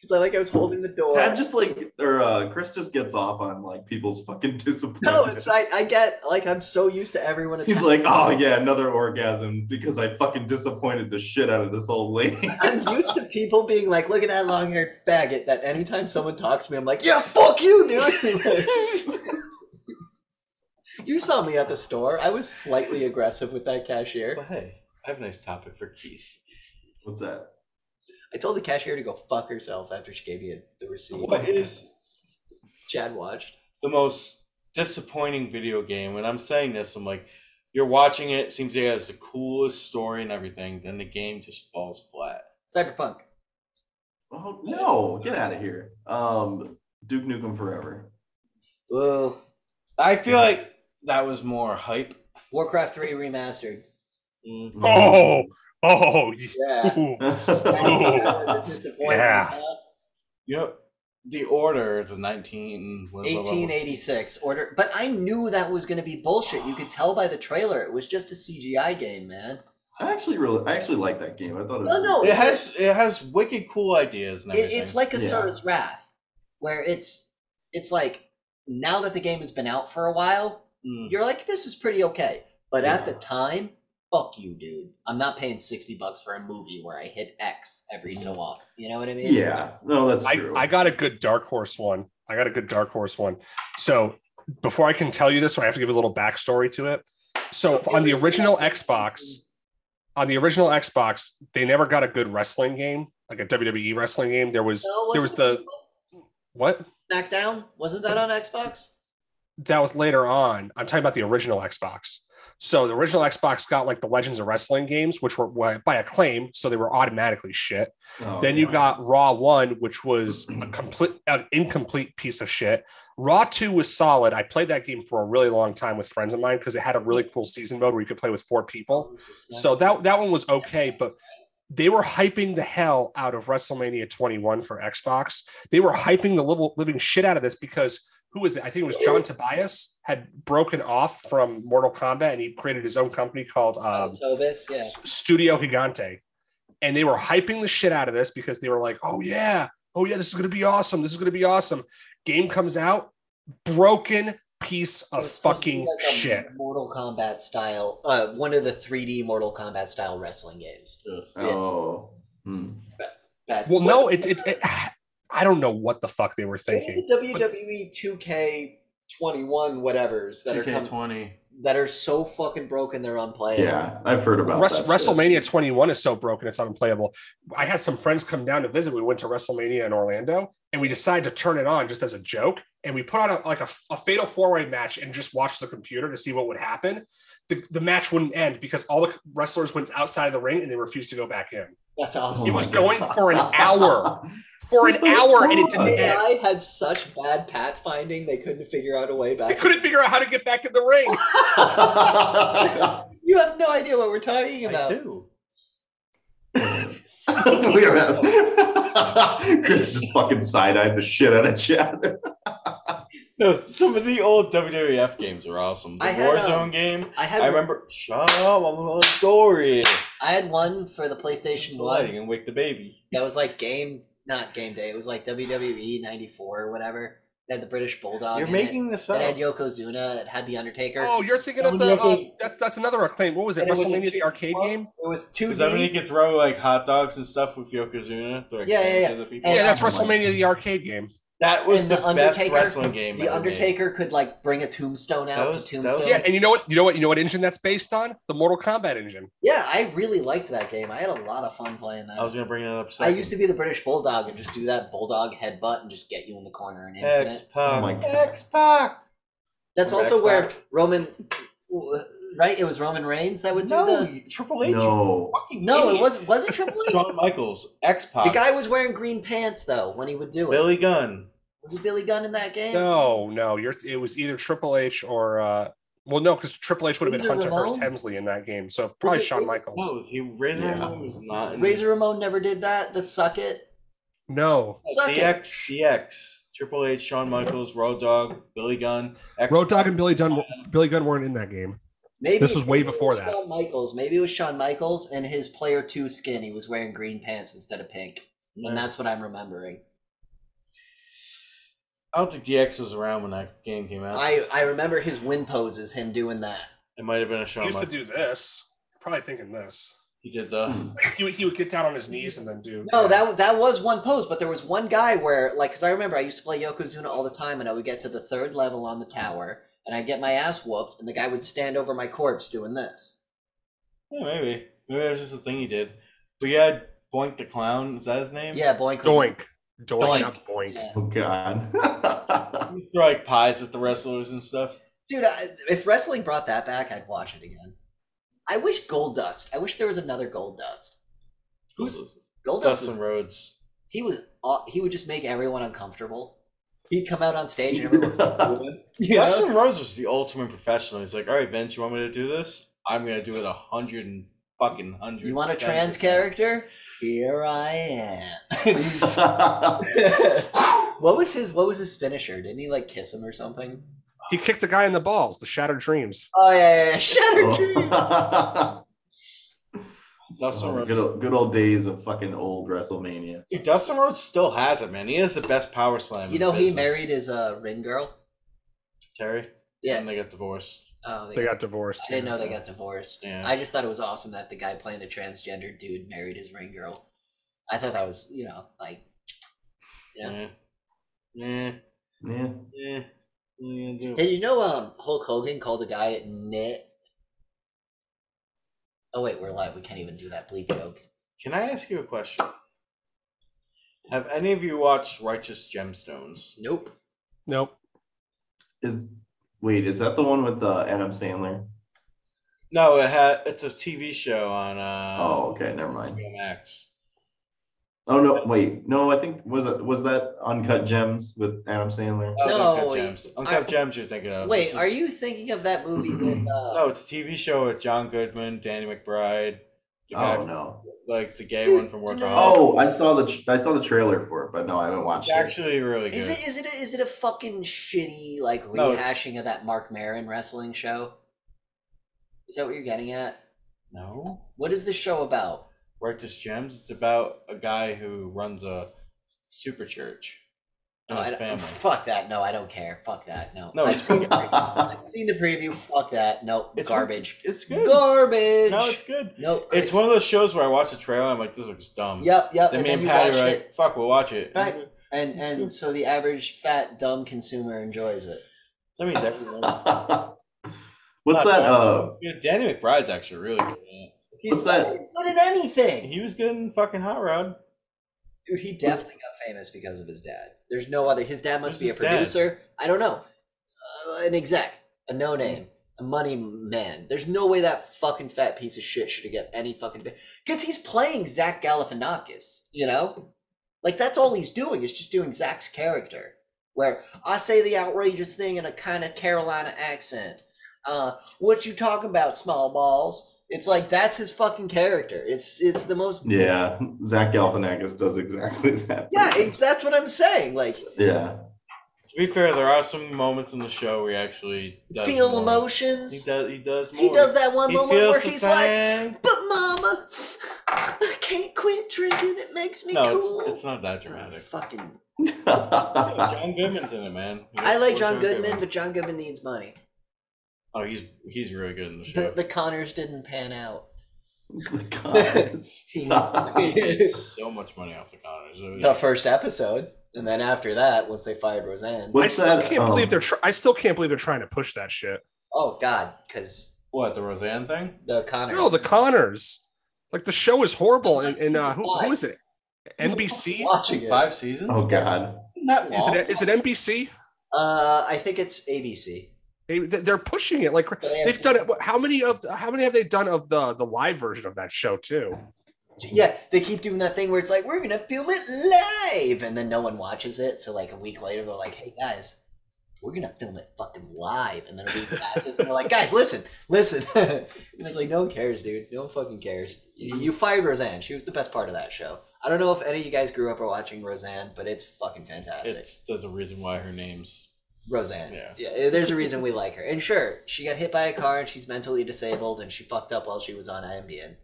Cause I like I was holding the door.
Chad just like or uh Chris just gets off on like people's fucking disappointment.
No, it's I, I get like I'm so used to everyone
He's
attacking.
like, oh yeah, another orgasm because I fucking disappointed the shit out of this old lady.
I'm used to people being like, look at that long haired faggot that anytime someone talks to me, I'm like, yeah, fuck you, dude. you saw me at the store. I was slightly aggressive with that
But
cashier.
hey, I have a nice topic for Keith.
What's that?
I told the cashier to go fuck herself after she gave me a, the receipt.
What is
Chad watched.
the most disappointing video game? When I'm saying this, I'm like, you're watching it. it seems like it has the coolest story and everything. Then the game just falls flat.
Cyberpunk.
Oh no, get out of here. Um Duke Nukem Forever.
Whoa.
I feel like that was more hype.
Warcraft 3 remastered.
Mm.
oh, oh,
Yeah.
ooh.
That was- that
oh
was a disappointment.
Yeah.
huh?
You know, the order, the 19, what- what- what-
1886 order but i knew that was going to be bullshit you could tell by the trailer it was just a cgi game man
I actually really I actually like that game. I thought it was
no no
It
it's,
has it has wicked cool ideas and
it-
everything.
it's like a
Yeah.
Asura's Wrath where it's it's like now that the game has been out for a while
Hmm.
Mm.
you're like this is pretty okay but at
Yeah.
the time fuck you dude i'm not paying 60 bucks for a movie where i hit x every so
Hmm.
often you know what i mean
Yeah, no, that's
I,
true.
I got a good dark horse one. I got a good dark horse one. So before I can tell you this one, I have to give a little backstory to it. So on the original Xbox, on the original Xbox, they never got a good wrestling game, like a WWE wrestling game. There was
no, wasn't
there was the what
smackdown wasn't that on xbox
that was later on. I'm talking about the original Xbox. So the original Xbox got like the Legends of Wrestling games, which were wa- by acclaim, so they were automatically shit.
Oh,
Then you
God.
got Raw One, which was a complete, an incomplete piece of shit. Raw Two was solid. I played that game for a really long time with friends of mine because it had a really cool season mode where you could play with four people. So that that one was okay, but they were hyping the hell out of WrestleMania 21 for Xbox. They were hyping the living, living shit out of this because who is it? I think it was John Tobias had broken off from Mortal Kombat and he created his own company called um,
Tobis, yeah.
Studio Gigante. And they were hyping the shit out of this because they were like, oh yeah, oh yeah, this is gonna be awesome. This is gonna be awesome. Game comes out, broken piece
It
of
was supposed to be
um, fucking
like a
shit.
Mortal Kombat style, uh, one of the 3D Mortal Kombat style wrestling games.
Oh. Hmm.
That,
Well, no, it, it it I don't know what the fuck they were thinking.
The E WWE 2K21 whatever's that are
TK
com-
twenty.
that are so fucking broken they're unplayable.
Yeah, I've heard about
Wres-
that
WrestleMania 21 is so broken it's unplayable. I had some friends come down to visit. We went to WrestleMania in Orlando, and we decided to turn it on just as a joke. And we put on a, like a, a fatal four way match and just watched the computer to see what would happen. The, the match wouldn't end because all the wrestlers went outside of the ring and they refused to go back in
That's
shit.
awesome.
He
Oh my
was
God.
going for an hour. for an hour, and it didn't end.
AI had such bad pathfinding they couldn't figure out a way
They
back.
couldn't figure out how to get back in the ring.
you have no idea what we're talking
I
about.
do.
Look at that. Chris just fucking side eyed the shit out of Chad.
No, some of the old WWF games were awesome. The
I had,
Warzone
um,
game.
I had
I remember. Shut up! I'm a story.
I had one for the PlayStation
It's
One
lighting and wake the baby.
that was like game, not game day. It was like WWE '94 or whatever. It had the British Bulldog.
You're
in
making this
It.
up.
it had Yokozuna. It had the Undertaker.
Oh, you're thinking of the uh, that's that's another acclaim. What was it?
And it was a
WrestleMania the
two-
arcade game.
It was two
Is that when you
D.
could throw like hot dogs and stuff with Yokozuna? To, like,
Yeah, yeah,
sandwich
yeah.
Other people?
And-
Yeah, that's
Oh my
WrestleMania the arcade game.
That was
and
the,
the
best
Undertaker-
wrestling game.
The
ever made.
Undertaker could like bring a tombstone out
was-
to
that
tombstone.
was-
Yeah, and you know what? You know what? You know what engine that's based on? The Mortal Kombat engine.
Yeah, I really liked that game. I had a lot of fun playing that.
I was gonna bring that up.
I
Second.
used to be the British Bulldog and just do that bulldog headbutt and just get you in the corner and infinite.
X
Oh my
Pac.
God.
X Pac.
That's
Remember
also where
X-Pac?
Roman, right? It was Roman Reigns that would do
No,
the.
you- Triple H. you
No.
Fucking
No, it
idiot.
wasn't. Wasn't Triple H.
Shawn Michaels. X Pac.
The guy was wearing green pants though when he would do it.
Billy Gunn.
Was it Billy Gunn in that game?
No, no, you're. It was either Triple H or. uh Well, no, because Triple H would have been
Was it
Hunter Hearst
Ramon?
Hemsley in that game, so probably
it- was
Shawn
it-
Michaels.
No, he Razor
Yeah.
Ramon was not in
Razor Ramon never did that. The suck it.
No,
Oh,
Suck it.
DX, DX, Triple H, Shawn Michaels, Road Dogg, Billy Gunn, X
Road Dogg and Billy Dunn, Billy Gunn weren't in that game.
Maybe
This was way
maybe it
before
was
that.
Shawn Michaels. Maybe it was Shawn Michaels and his player two skin. He was wearing green pants instead of pink, and that's what I'm remembering.
I don't think DX was around when that game came out.
I I remember his win poses, him doing that.
it might have been a
He
Shawn
used to
Michaels.
do this. Probably thinking this.
he
Hmm.
did the.
He would, he would get down on his knees and then do.
No, that that was one pose, but there was one guy where, like, because I remember I used to play Yokozuna all the time, and I would get to the third level on the tower, and I'd get my ass whooped, and the guy would stand over my corpse doing this.
Yeah, maybe. Maybe that was just a thing he did. But yeah, Boink the Clown, is that his name?
Yeah, boink. was-
doink, doink,
Doink.
not boink.
Yeah.
Oh, God.
He used to throw like pies at the wrestlers and stuff.
Dude, I, if wrestling brought that back, I'd watch it again. I wish Gold Dust. I wish there was another Gold Dust. Who's Gold Dust?
Dustin
Was,
Rhodes.
he was aw- he would just make everyone uncomfortable. He'd come out on stage and everyone. would- you know?
Dustin Rhodes was the ultimate professional. He's like, all right, Vince, you want me to do this? I'm gonna do it a hundred and fucking hundred.
You want a trans character? Here I am. what was his What was his finisher? Didn't he like kiss him or something?
He kicked a guy in the balls. The Shattered Dreams.
Oh yeah, yeah, yeah. Shattered Dreams.
Oh.
Dustin
Oh,
Rhodes.
good, old, good old days of fucking old WrestleMania.
Dude, Dustin Rhodes still has it, man. He has the best power slam. in
You know
the
he
business.
married his uh, ring girl.
Terry.
Yeah.
And they got divorced.
Oh, they
They
got,
got divorced.
I didn't know they got divorced.
Yeah.
I just thought it was awesome that the guy playing the transgender dude married his ring girl. I thought that was you know like
Yeah.
Yeah.
Yeah.
Yeah.
Yeah. What are you gonna do?
Hey, you know um Hulk Hogan called a guy knit. Oh wait, we're live. We can't even do that bleep joke.
Can I ask you a question? Have any of you watched Righteous Gemstones?
Nope.
Nope.
Is wait, is that the one with uh, Adam Sandler?
No, it had it's a TV show on uh
Oh, okay, never mind.
HBO Max.
Oh no, wait, no, I think was it was that Uncut Gems with Adam Sandler?
That was
No,
Uncut
wait.
Gems.
I-
Uncut Gems you're thinking of.
Wait,
This
are
is- Oh,
you thinking of that movie with? Uh,
No, it's a TV show with John Goodman, Danny McBride, the guy
Oh no.
like the gay
Dude,
one from World
no.
Oh, I saw the tr- I saw the trailer for it, but no, I haven't watched
It's
it.
actually really good.
Is it is it a, is it a fucking shitty like
No, it's-
rehashing of that Mark Maron wrestling show? Is that what you're getting at?
no.
What is this show about?
Rectus Gems. It's about a guy who runs a super church and
No, Oh, I
his
don't-
family.
Fuck that. No, I don't care. Fuck that. No.
No,
I've
it's-
seen the preview. I've seen the preview. Fuck that. Nope.
It's-
garbage.
It's good.
Garbage.
No, it's good.
nope.
It's one of those shows where I watch the trailer. I'm like, this looks dumb.
Yep, yep.
Then
And
me
then you
and Patty
watch
are
it,
like, fuck, we'll watch it.
Right. and and so the average fat dumb consumer enjoys it.
That means everyone.
What's
Not
that?
bad.
Uh,
Dude, Danny McBride's actually really good. in it.
He's
What's that?
not even good at anything.
He was good in fucking Hot Rod.
Dude, he definitely got famous because of his dad. There's no other. His dad must
Who's
be a
his dad?
producer. I don't know. Uh, an exec, a no name, a money man. There's no way that fucking fat piece of shit should have got any fucking. Because he's playing Zach Galifianakis, you know? Like, that's all he's doing, is just doing Zach's character. Where I say the outrageous thing in a kind of Carolina accent. Uh, what you talking about, small balls? It's like that's his fucking character. It's it's the most
yeah, Zach Galifianakis does exactly that.
yeah, it's, that's what I'm saying. Like,
yeah.
To be fair, there are some moments in the show where he actually does
feel
more. He
emotions.
does. He does. More.
He does that one
He
moment where
feels the
he's like,
thing.
"But mama, I can't quit drinking. It makes me
No,
cool."
it's, it's not that
Oh,
dramatic.
fucking.
Yeah, John Goodman's in it, man. He
I
was-
like
was
John Goodman, but John Goodman needs money.
Oh, he's he's really good in the
The,
show.
the Connors didn't pan out.
God.
He made so much money off the Connors. It was-
the first episode, and then after that, once they fired Roseanne,
What-
I
What's
still
that,
can't believe
um,
they're. Tr- I still can't believe they're trying to push that shit.
oh god, because
What the Roseanne thing?
the Connors.
No, the Connors. Like the show is horrible, and, and uh, who, who is it? NBC.
watching it.
Five seasons?
oh God.
not
Is
long.
it is it NBC?
Uh, I think it's ABC.
They, they're pushing it like cra-
They have-
they've done it. How many of how many have they done of the the live version of that show too?
Yeah, they keep doing that thing where it's like, we're gonna film it live, and then no one watches it. So like a week later, they're like, hey guys, we're gonna film it fucking live, and then a week passes, and they're like, guys, listen, listen, and it's like, no one cares, dude. No one fucking cares. You, you fired Roseanne. She was the best part of that show. I don't know if any of you guys grew up or watching Roseanne, but it's fucking fantastic.
It's there's a reason why her name's
Roseanne.
Yeah.
There's a reason we like her. And sure, she got hit by a car and she's mentally disabled and she fucked up while she was on Ambien.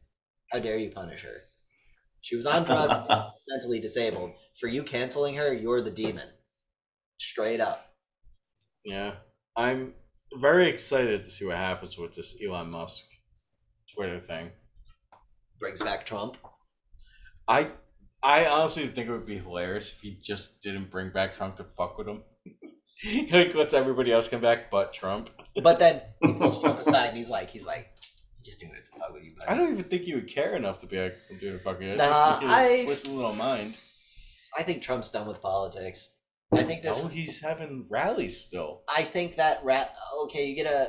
How dare you punish her? She was on drugs, mentally disabled. For you canceling her, you're the demon. Straight up.
yeah. I'm very excited to see what happens with this Elon Musk Twitter thing.
Brings back Trump.
I I honestly think it would be hilarious if he just didn't bring back Trump to fuck with him. like lets everybody else come back but Trump.
But then he pulls Trump aside and he's like, he's like, "I'm just doing it to fuck with you, buddy.
I don't even think he would care enough to be like, I'm doing a fucking
Nah, I-
What's a little mind?
I think Trump's done with politics. I think this
No, Oh, he's having rallies still.
I think that rat. Okay, you get a.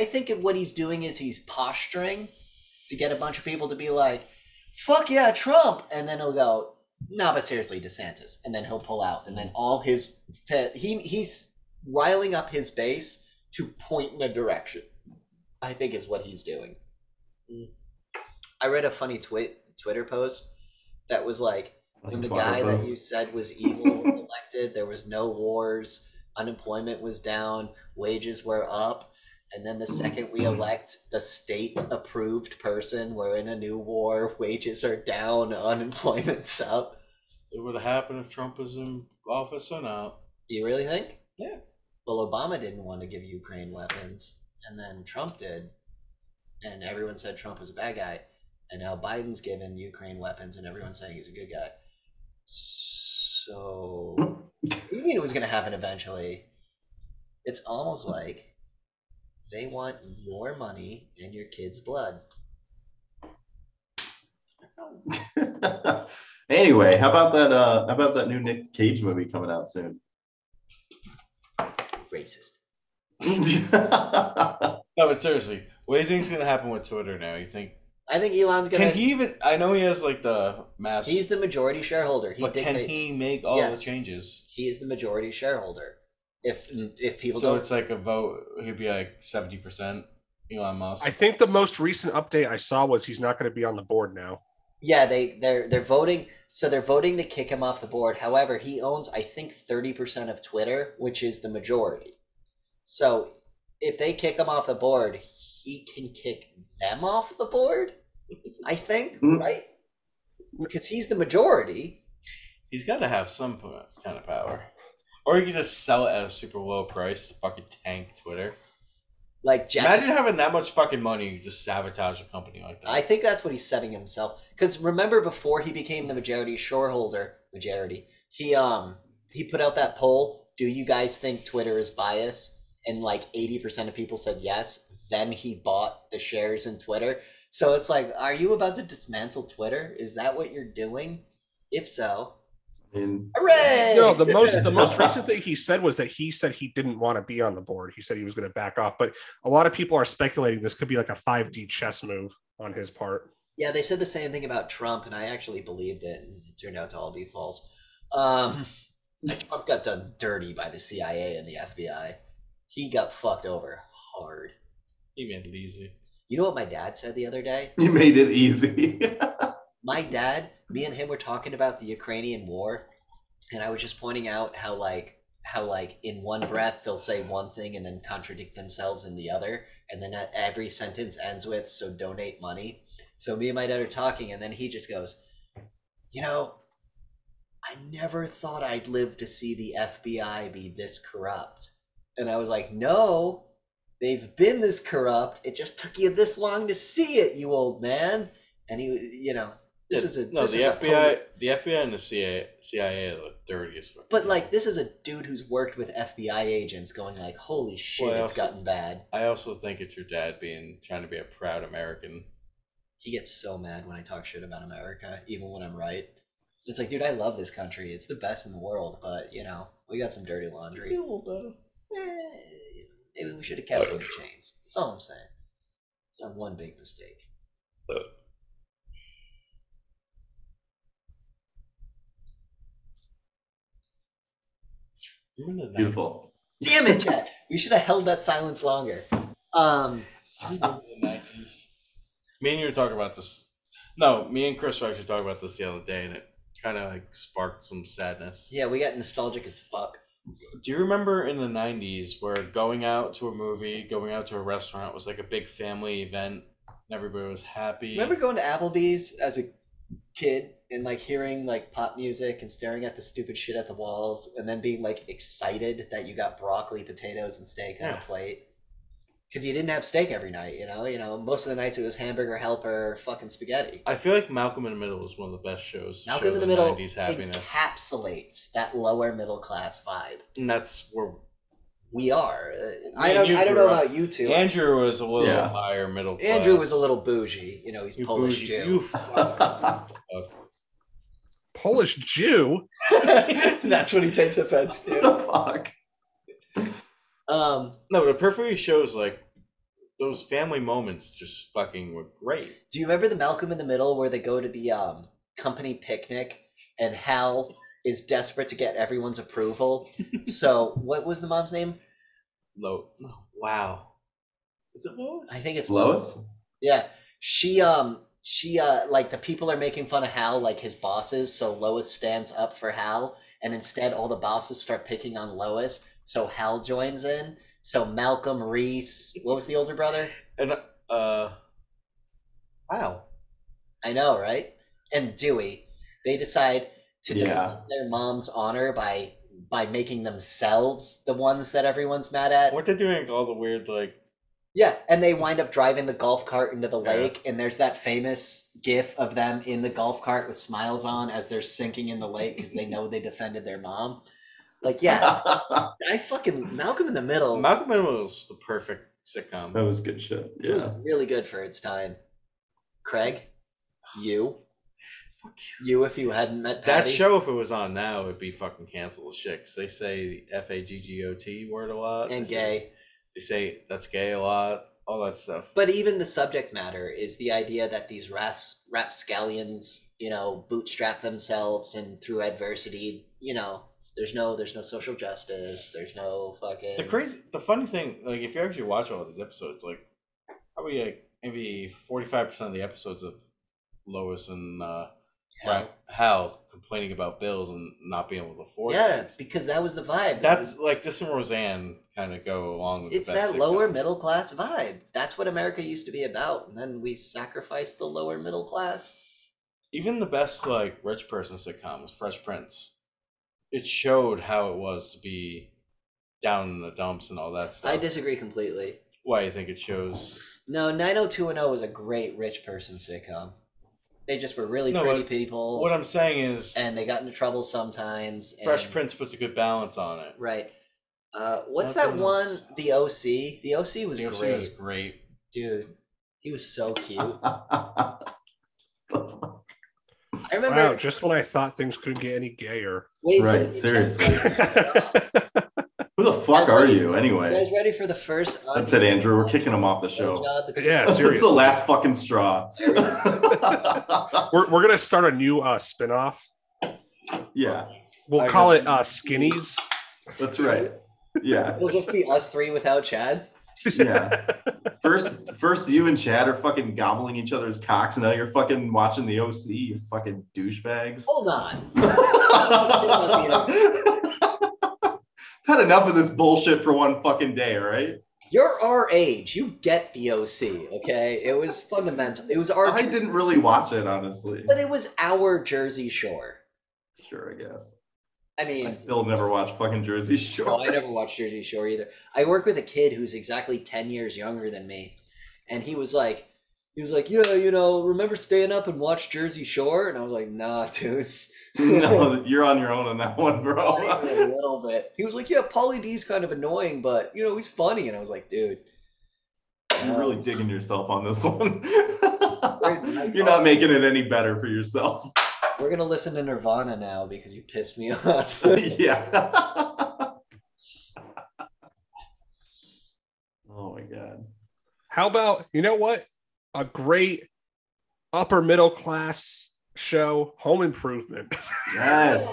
I think what he's doing is he's posturing to get a bunch of people to be like, "Fuck yeah, Trump," and then he'll go, "Nah, but seriously, DeSantis," and then he'll pull out, and then all his pe- he he's riling up his base to point in a direction. I think is what he's doing. I read a funny twit Twitter post that was like, when the guy that you said was evil was elected, there was no wars, unemployment was down, wages were up, and then the second we elect the state approved person, we're in a new war, wages are down, unemployment's up.
It would have happened if Trump was in office or not.
Do you really think?
Yeah.
Well, Obama didn't want to give Ukraine weapons, and then Trump did, and everyone said Trump was a bad guy, and now Biden's given Ukraine weapons, and everyone's saying he's a good guy. So, what do you mean it was going to happen eventually? It's almost like they want your money and your kid's blood.
anyway, how about that? Uh, how about that new Nick Cage movie coming out soon?
Racist.
No, but seriously, What do you think's gonna happen with Twitter now? You think
I think Elon's gonna.
can he even? I know he has like the mass,
he's the majority shareholder. He
but can
dictates.
he make all
Yes.
the changes?
He's the majority shareholder. If if people
so
don't,
it's like a vote. He'd be like seventy percent. Elon Musk.
I think the most recent update I saw was he's not going to be on the board now.
yeah, they they're they're voting. So they're voting to kick him off the board. However, he owns I think thirty percent of Twitter, which is the majority. So if they kick him off the board, he can kick them off the board. I think
Mm.
right because he's the majority.
He's got to have some p- kind of power, or he could just sell it at a super low price to fucking tank Twitter.
Like Jack.
Imagine having that much fucking money, you just sabotage a company like that.
I think that's what he's setting himself. Because remember, before he became the majority shareholder, majority, he um he put out that poll: Do you guys think Twitter is biased? And like eighty percent of people said yes. Then he bought the shares in Twitter. So it's like, are you about to dismantle Twitter? Is that what you're doing? If so,
I mean,
hooray!
No, the most the most recent thing he said was that he said he didn't want to be on the board. He said he was going to back off, but a lot of people are speculating this could be like a 5D chess move on his part.
yeah, they said the same thing about Trump, and I actually believed it, and it turned out to all be false. Um, Trump got done dirty by the CIA and the FBI. He got fucked over hard.
he made it easy.
You know what my dad said the other day?
you made it easy.
my dad, me and him were talking about the Ukrainian war, and I was just pointing out how like how like in one breath they'll say one thing and then contradict themselves in the other, and then at- every sentence ends with "so donate money." So me and my dad are talking, and then he just goes, "You know, I never thought I'd live to see the FBI be this corrupt," and I was like, "No." They've been this corrupt. It just took you this long to see it, you old man. And he, was- you know, this
Yeah,
is a
no.
this
the
is a
FBI, the FBI, and the CIA, CIA are the dirtiest. fucking
but
people.
like, this is a dude who's worked with FBI agents, going like, "Holy shit,
Well, I
it's
also-
gotten bad."
I also think it's your dad being trying to be a proud American.
He gets so mad when I talk shit about America, even when I'm right. It's like, dude, I love this country. It's the best in the world, but you know, we got some dirty laundry. Eh, maybe we should have kept it in chains. That's all I'm saying. It's not one big mistake.
Remember the
Beautiful.
Damn it, Chad. We should have held that silence longer. Um,
nineties. Me and you were talking about this. No, me and Chris were actually talking about this the other day, and it kind of like sparked some sadness.
yeah, we got nostalgic as fuck.
Do you remember in the nineties where going out to a movie, going out to a restaurant was like a big family event, and everybody was happy.
Remember going to Applebee's as a kid and like hearing like pop music and staring at the stupid shit at the walls and then being like excited that you got broccoli, potatoes, and steak on a
Yeah.
plate? Because you didn't have steak every night, you know. You know, most of the nights it was hamburger helper, or fucking spaghetti.
I feel like Malcolm in the Middle was one of the best shows. to
Malcolm
show
in the Middle
'90s happiness,
encapsulates that lower middle class vibe.
and that's where
We are. Uh, I
and
don't.
you
I don't
grew
know
up.
about you two.
Andrew was a little
Yeah.
higher middle. Class.
Andrew was a little bougie. You know, he's
You
Polish
bougie-
Jew.
You fuck.
Polish Jew.
That's what he takes offense
What the fuck?
Um,
No, but it perfectly shows like those family moments just fucking were great.
do you remember the Malcolm in the Middle where they go to the um, company picnic and Hal is desperate to get everyone's approval? so, what was the mom's name?
No, no, wow. Is it Lois?
I think it's
Lois?
Yeah, she um she uh like the people are making fun of Hal like his bosses, so Lois stands up for Hal, and instead all the bosses start picking on Lois, so Hal joins in. So Malcolm Reese, what was the older brother?
And uh, wow.
I know, right? And Dewey, they decide to
Yeah.
defend their mom's honor by by making themselves the ones that everyone's mad at.
Weren't they doing like, all the weird like?
Yeah, and they wind up driving the golf cart into the
Yeah.
lake, and there's that famous gif of them in the golf cart with smiles on as they're sinking in the lake because they know they defended their mom. Like, yeah,
that
I fucking Malcolm in the Middle.
Malcolm in the Middle was the perfect sitcom.
was good shit.
It was
Yeah.
really good for its time. Craig, you, you, if you hadn't met
That
Patty.
show, if it was on now, would be fucking canceled as shit. 'cause they say the f a g g o t word a lot.
and
They say-
gay.
They say that's gay a lot. all that stuff.
But even the subject matter is the idea that these ras- rapscallions, you know, bootstrap themselves and through adversity, you know, there's no there's no social justice, there's no fucking
The crazy, the funny thing, like if you actually watch all these episodes, like probably like maybe forty five percent of the episodes of Lois and uh,
hell.
Hal complaining about bills and not being able to afford.
Yeah,
things.
because that was the vibe.
that's like this and Roseanne kind of go along with. the
it's
best
that lower
sitcoms.
middle class vibe. That's what America used to be about, and then we sacrificed the lower middle class.
Even the best like rich person sitcom was Fresh Prince. It showed how it was to be down in the dumps and all that stuff.
I disagree completely.
Why I think it shows
No, 90210 was a great rich person sitcom. They just were really
No,
pretty
but
people.
What I'm saying is,
and they got into trouble sometimes.
Fresh
and-
Prince puts a good balance on it.
Right. Uh, what's
Nothing
that one?
else.
The OC. The OC was
The OC
great,
was great.
dude. He was so cute.
Oh,
I remember.
Wow, just when I thought things couldn't get any gayer.
Wait for
Right,
it.
seriously.
You
Who the fuck
That's
are
what he-
you anyway?
guys ready for the first?
That's it, Andrew. We're kicking him off the show.
Job between-
Yeah,
It's
seriously.
the last fucking straw.
We're, we're gonna start a new uh spinoff.
yeah,
We'll
I
call
guess.
it uh skinnies.
that's right. Yeah,
It'll just be us three without Chad.
yeah. First, first, you and Chad are fucking gobbling each other's cocks, and now you're fucking watching the OC. You fucking douchebags.
Hold on.
Had enough of this bullshit for one fucking day, right?
You're our age. You get the OC, okay? It was fundamental. It was our,
I didn't really watch it, honestly.
but it was our Jersey Shore.
Sure, I guess.
I mean,
I still never watched fucking Jersey Shore.
No, I never watched Jersey Shore either. I work with a kid who's exactly ten years younger than me, and he was like, he was like, yeah, you know, remember staying up and watch Jersey Shore? And I was like, nah, dude,
no, you're on your own on that one,
not even
bro.
a little bit. He was like, yeah, Pauly D's kind of annoying, but you know, he's funny. And I was like, dude, um,
You're really digging yourself on this one.
not-
you're not making it any better for yourself.
we're gonna listen to Nirvana now because you pissed me off.
yeah. oh my god.
How about you know what? A great upper middle class show, Home Improvement.
Yes.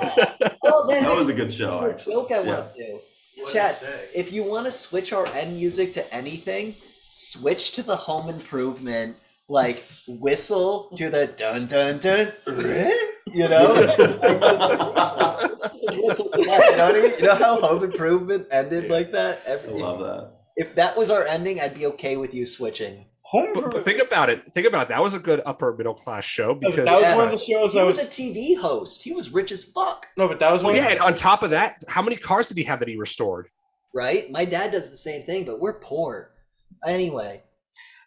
well, then
That was a good show, actually.
joke I want
Yes.
to. do. Chad, if you want to switch our end music to anything, switch to the home improvement, like whistle to the dun dun dun, you know?
I
Whistle to that, you know what I mean? You know how home improvement ended
Yeah.
like that? Every, if,
love that.
if that was our ending, I'd be okay with you switching.
Home
but, but
Improvement.
think about it. Think about it. That was a good upper middle class show because
that was
Yeah.
one of the shows
He
I
was
was.
a TV host. He was rich as fuck,
No, but that was
Well,
one.
yeah, and on top of that, how many cars did he have that he restored?
right? My dad does the same thing, but we're poor. Anyway.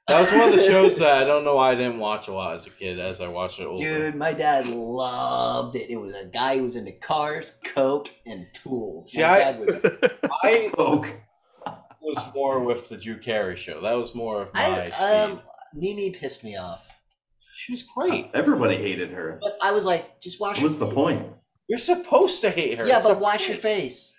That was one of the shows that I don't know why I didn't watch a lot as a kid. As I watched it older.
Dude, my dad loved it. It was a guy who was into cars, coke, and tools.
See,
my
I-
dad was
I
Oak.
was more with the Drew Carey show. That was more of my.
I
speed.
um Mimi pissed me off.
she was great.
Everybody hated her.
But I was like, just wash
What's the point?
You're supposed to hate her.
Yeah,
It's
but
a-
wash your face.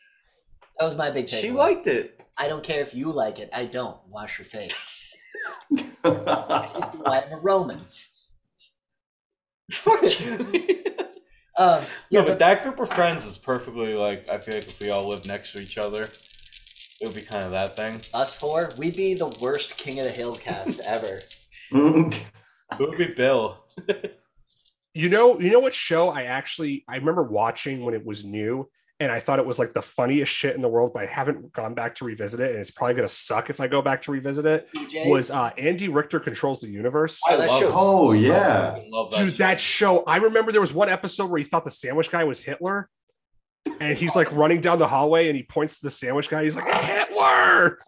That was my big takeaway.
She liked it.
I don't care if you like it. I don't wash your face.
That's
That's why I'm a Roman.
Fuck you.
Um, yeah,
No, but
but,
that group of friends is perfectly like. I feel like if we all lived next to each other, it would be kind of that thing.
us four, we'd be the worst King of the Hill cast ever.
It would be Bill.
You know, you know what show I actually I remember watching when it was new, and I thought it was like the funniest shit in the world, but I haven't gone back to revisit it, and it's probably gonna suck if I go back to revisit it.
PJs?
Was uh Andy Richter controls the universe?
Oh, that show's-
oh yeah.
I love that.
Dude, that show. I remember there was one episode where he thought the sandwich guy was Hitler, and he's like running down the hallway and he points to the sandwich guy. He's like, "It's Hitler!"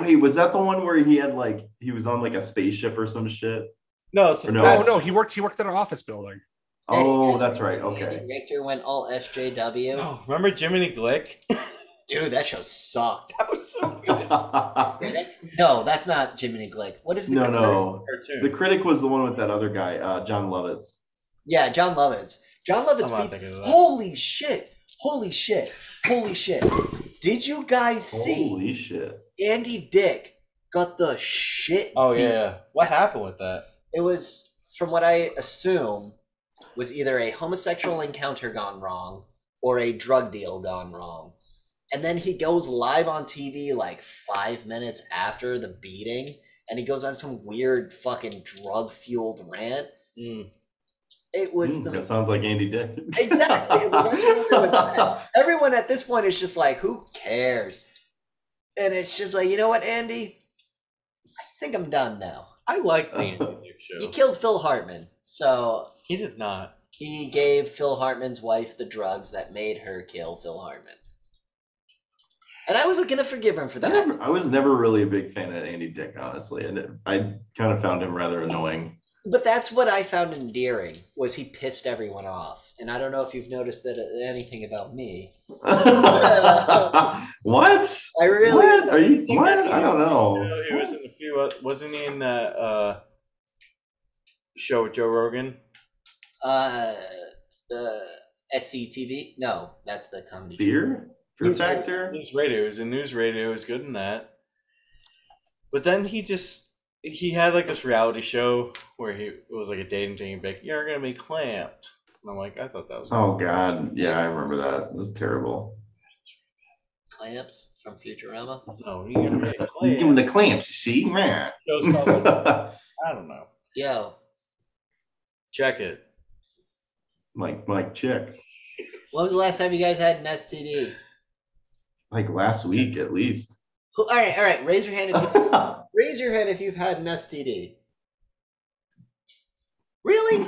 Wait, was that the one where he had like he was on like a spaceship or some shit?
no, it's the
Or no.
Oh
Fast-
no, he worked. He worked at an office building.
Oh, that's right. Okay.
Andy Richter went all SJW.
No, remember Jiminy Glick?
Dude, that show sucked.
That was so good.
no,
No, that's not Jiminy Glick. What is the comparison?
no. The
Cartoon.
critic was the one with that other guy, uh, John Lovitz.
Yeah, John Lovitz. John Lovitz
I'm not
beat-
thinking of that.
Holy shit! Holy shit! Holy shit! Did you guys see
Holy shit!
Andy Dick got the shit.
Oh
beat.
yeah, yeah. What happened with that?
It was, from what I assume, was either a homosexual encounter gone wrong or a drug deal gone wrong. And then he goes live on TV like five minutes after the beating, and he goes on some weird fucking drug fueled rant.
Mm.
It was
Mm,
the
that sounds like Andy Dick.
Exactly. It reminds me of that. everyone at this point is just like, who cares? And it's just like, you know what, Andy? I think I'm done now.
I like the Andy Dick
He
show.
killed Phil Hartman. So
He did not.
he gave Phil Hartman's wife the drugs that made her kill Phil Hartman. And I was going to forgive him for
I,
that.
never, I was never really a big fan of Andy Dick, honestly, and it- I kind of found him rather annoying.
But that's what I found endearing was he pissed everyone off. And I don't know if you've noticed that uh, anything about me.
what?
I really
What are you? What? I don't know.
No, he was in a few. oth- Wasn't he in that uh, show with Joe Rogan?
uh, the SCTV. No, that's the comedy.
Beer? Fear
He's-
Factor?
News Radio. He was in News Radio. He was good in that. But then he just he had like this reality show where he it was like a dating thing. He'd be like, "You're gonna be clamped," and I'm like, "I thought that was."
Oh God, yeah, I remember that. It was terrible.
Clamps from Futurama.
No, you're gonna be
You give him
clamped.
the clamps, you see? Meh.
Show's Oh, called, like,
like
I don't know.
Yo,
Check it.
like chick.
when was the last time you guys had an STD?
Like last week at least.
Who, all right, all right. Raise your hand. If you,
I
raise your hand if you've had an STD. Really?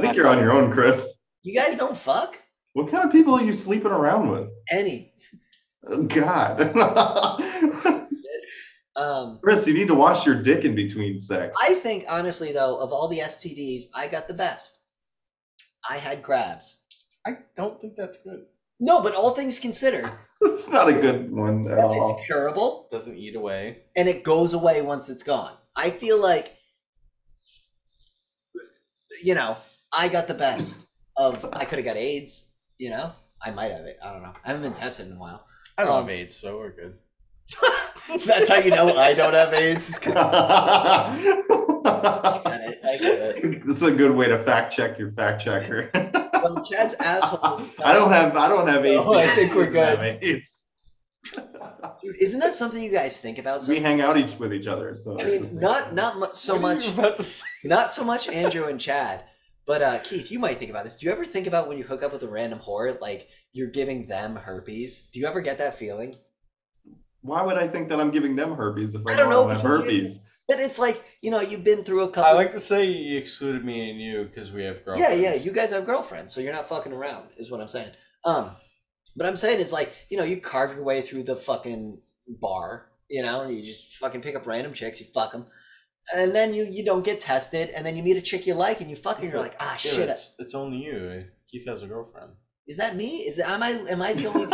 think you're on your own, Chris.
You guys don't fuck
What kind of people are you sleeping around with?
any.
Oh, God.
Um,
Chris, you need to wash your dick in between sex.
I think honestly though, of all the STDs, I got the best. I had crabs.
I don't think that's good.
No, but all things considered,
It's not a good one at all.
it's curable.
Doesn't eat away.
and it goes away once it's gone. I feel like, you know, I got the best of. I could have got AIDS. You know, I might have it. I don't know. I haven't been tested in a while.
I don't
Um,
have AIDS, so we're good.
That's how you know I don't have AIDS. is 'cause I
it's
got it. I get it.
a good way to fact check your fact checker.
Well, Chad's asshole. is-
I don't have I don't have AIDS.
Oh, I think we're good.
It's,
Dude, Isn't that something you guys think about? So,
we hang out each with each other, so
I mean, not not mu- so
What are
much,
you about to say?
not so much Andrew and Chad, but uh, Keith, you might think about this. Do you ever think about when you hook up with a random whore, like you're giving them herpes? Do you ever get that feeling?
Why would I think that I'm giving them herpes if I,
I don't know,
have
because you-
herpes?
But it's like you know you've been through a couple.
I like to say you excluded me and you because we have girls.
yeah, yeah. You guys have girlfriends, so you're not fucking around, is what I'm saying. Um, but I'm saying it's like you know you carve your way through the fucking bar. You know, you just fucking pick up random chicks, you fuck them, and then you you don't get tested, and then you meet a chick you like, and you fuck, her, and you're like, ah,
Dude,
shit,
It's, it's only you. Keith has a girlfriend.
is that me? Is that, am I am I the only?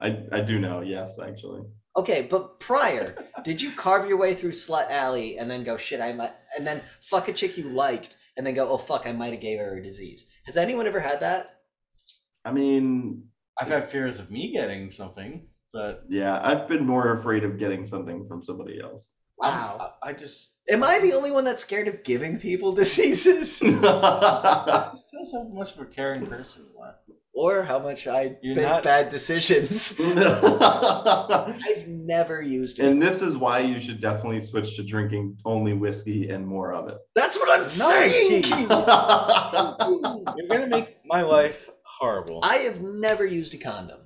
I, I do know, yes, actually.
Okay, but prior, did you carve your way through slut alley and then go shit? I might, and then fuck a chick you liked, and then go, oh fuck, I might have gave her a disease. Has anyone ever had that?
I mean,
I've had fears of me getting something, but
yeah, I've been more afraid of getting something from somebody else.
I'm-
Wow.
I, I just
Am I the only one that's scared of giving people diseases?
I
I
just don't know how much of a caring person you are.
or how much I
You're
make
not-
bad decisions. I've never used it.
And this is why you should definitely switch to drinking only whiskey and more of it.
That's what I'm
No,
saying.
geez.
Keith.
You're gonna make my life horrible.
I
I,
have never used a condom.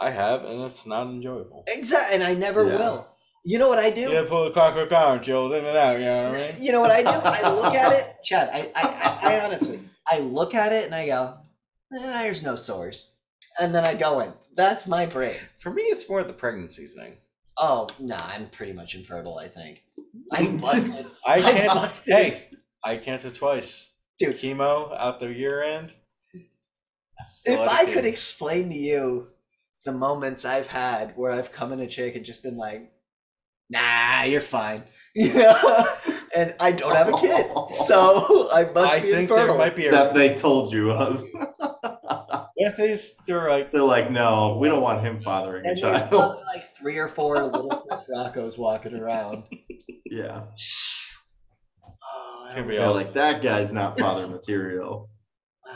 have, and it's not enjoyable.
Exactly, and I never
Yeah.
will. You know what I do?
Yeah, pull the clockwork orange, you'll in and out. You know what I mean?
You know what I do? I look at it, Chad. I, I, I, I honestly, I look at it and I go, "Eh, "There's no sores," and then I go in. That's my brain.
For me, it's more the pregnancy thing.
Oh no, I'm pretty much infertile. I think I've busted.
I
I've
can't.
busted.
hey, I canceled twice.
Dude.
chemo out the year end.
if I could
Slut-ing.
explain to you the moments I've had where I've come in a chick and just been like, "Nah, you're fine," you know, and I don't have a kid, so I must
I
be
think
infertile.
there might be a.
that they told you of.
What if they, s- they're like,
They're like, no, we don't want him fathering a
and there's
child.
probably like three or four little Chris Rocco's walking around.
Yeah.
Oh, I
It's gonna
don't-
be
They're like, that guy's not father material.
wow.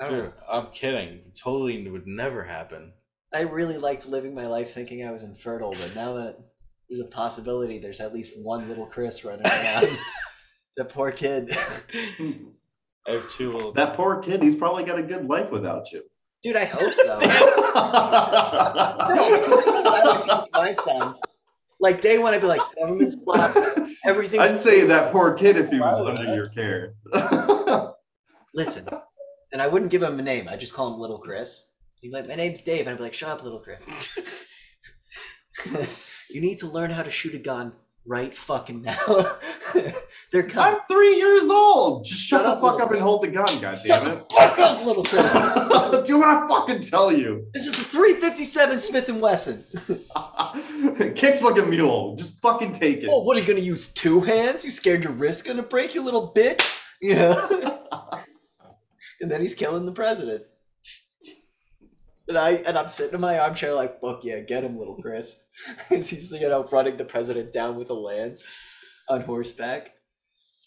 I, don't
Dude,
know.
I'm kidding. It totally would never happen.
I really liked living my life thinking I was infertile, but now that there's a possibility, there's at least one little Chris running around. the poor kid.
I have two little.
That poor kid, he's probably got a good life without you.
Dude, I hope so. No, because you know what I would teach my son. Like day one, I'd be like, everything's flat, everything's.
I'd say that poor kid if he was under your care.
Listen, and I wouldn't give him a name. I'd just call him Little Chris. He'd be like, my name's Dave, and I'd be like, shut up, Little Chris. you need to learn how to shoot a gun right fucking now. They're coming.
I'm three years old. Just shut,
Shut
the
up,
fuck
little
up and
kid.
hold the gun,
Shut
goddammit.
the fuck up, Little Chris.
Do what I fucking tell you.
This is the 357 Smith and Wesson.
Kicks like a mule. Just fucking take it.
Oh, what are you gonna use two hands? You scared your wrist gonna break, you little bitch? You know. and then he's killing the president. And I and I'm sitting in my armchair like, fuck yeah, get him, little Chris. As he's you know running the president down with a lance on horseback.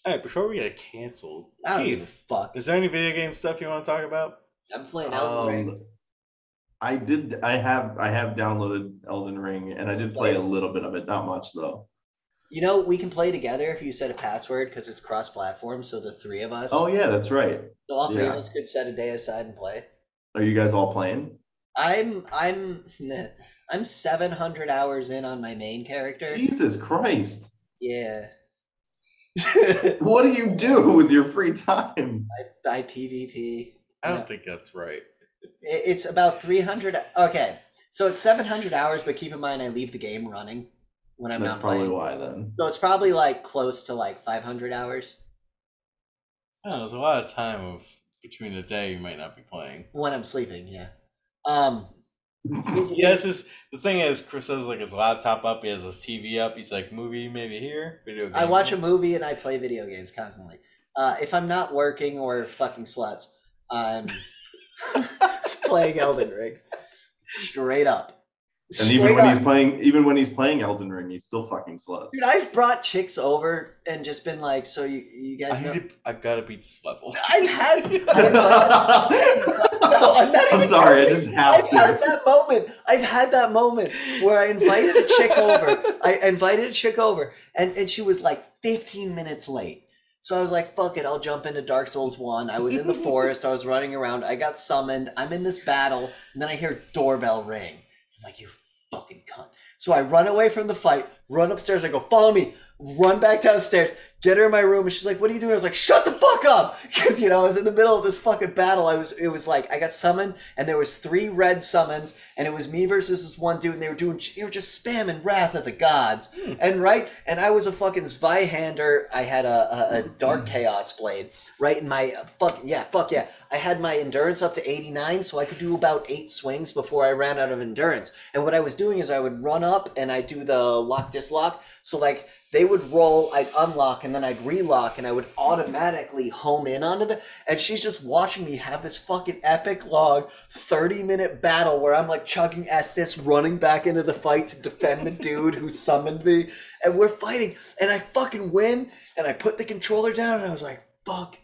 Hey, before we get canceled,
I don't give a
Keith,
fuck.
is there any video game stuff you want to talk about?
I'm playing Elden Ring.
Um, I did. I have. I have downloaded Elden Ring, and I did play a little bit of it. Not much though.
You know, we can play together if you set a password because it's cross-platform. So the three of us,
Oh yeah, that's right.
so all three
yeah.
of us could set a day aside and play.
Are you guys all playing?
I'm I'm I'm 700 hours in on my main character.
Jesus Christ!
Yeah.
What do you do with your free time?
By PvP.
I don't
No.
think that's right.
It- It's about 300 Okay. So it's 700 hours but keep in mind I leave the game running when I'm
that's
not
probably
playing.
why then.
So it's probably like close to like 500 hours
Yeah, there's a lot of time of between the day you might not be playing.
when I'm sleeping, yeah. Um
Yeah, this is the thing is Chris has like his laptop up, he has his TV up, he's like movie maybe here, video game.
I watch a
here.
movie and I play video games constantly. Uh, if I'm not working or fucking sluts, I'm playing Elden Ring. Straight up.
And even
Straight
when
up.
he's playing, even when he's playing Elden Ring, he's still fucking sluts.
Dude, I've brought chicks over and just been like, so you, you
I
guys know.
need to, I've got to beat this level.
I've had. I've had no,
I'm
I'm not even
sorry, I
joking.
just have
I've had
to.
that moment. I've had that moment where I invited a chick over. I invited a chick over, and, and she was like 15 minutes late. So I was like, fuck it, I'll jump into Dark Souls 1. I was in the forest, I was running around, I got summoned, I'm in this battle, and then I hear doorbell ring. I'm like, you fucking cunt. So I run away from the fight, run upstairs, I go, follow me, run back downstairs, get her in my room, and she's like, what are you doing? I was like, shut the fuck up! Because, you know, I was in the middle of this fucking battle. I was, it was like, I got summoned, and there was three red summons, and it was me versus this one dude, and they were doing, they were just spamming Wrath of the Gods. And right, and I was a fucking Zweihander, I had a, a, a Dark Chaos blade, right in my, uh, fuck, yeah, fuck yeah. I had my endurance up to 89, so I could do about eight swings before I ran out of endurance. And what I was doing is I would run up and I do the lock dislock. So like they would roll, I'd unlock, and then I'd relock, and I would automatically home in onto the. And she's just watching me have this fucking epic log, thirty minute battle where I'm like chugging Estes, running back into the fight to defend the dude who summoned me, and we're fighting, and I fucking win, and I put the controller down, and I was like, fuck,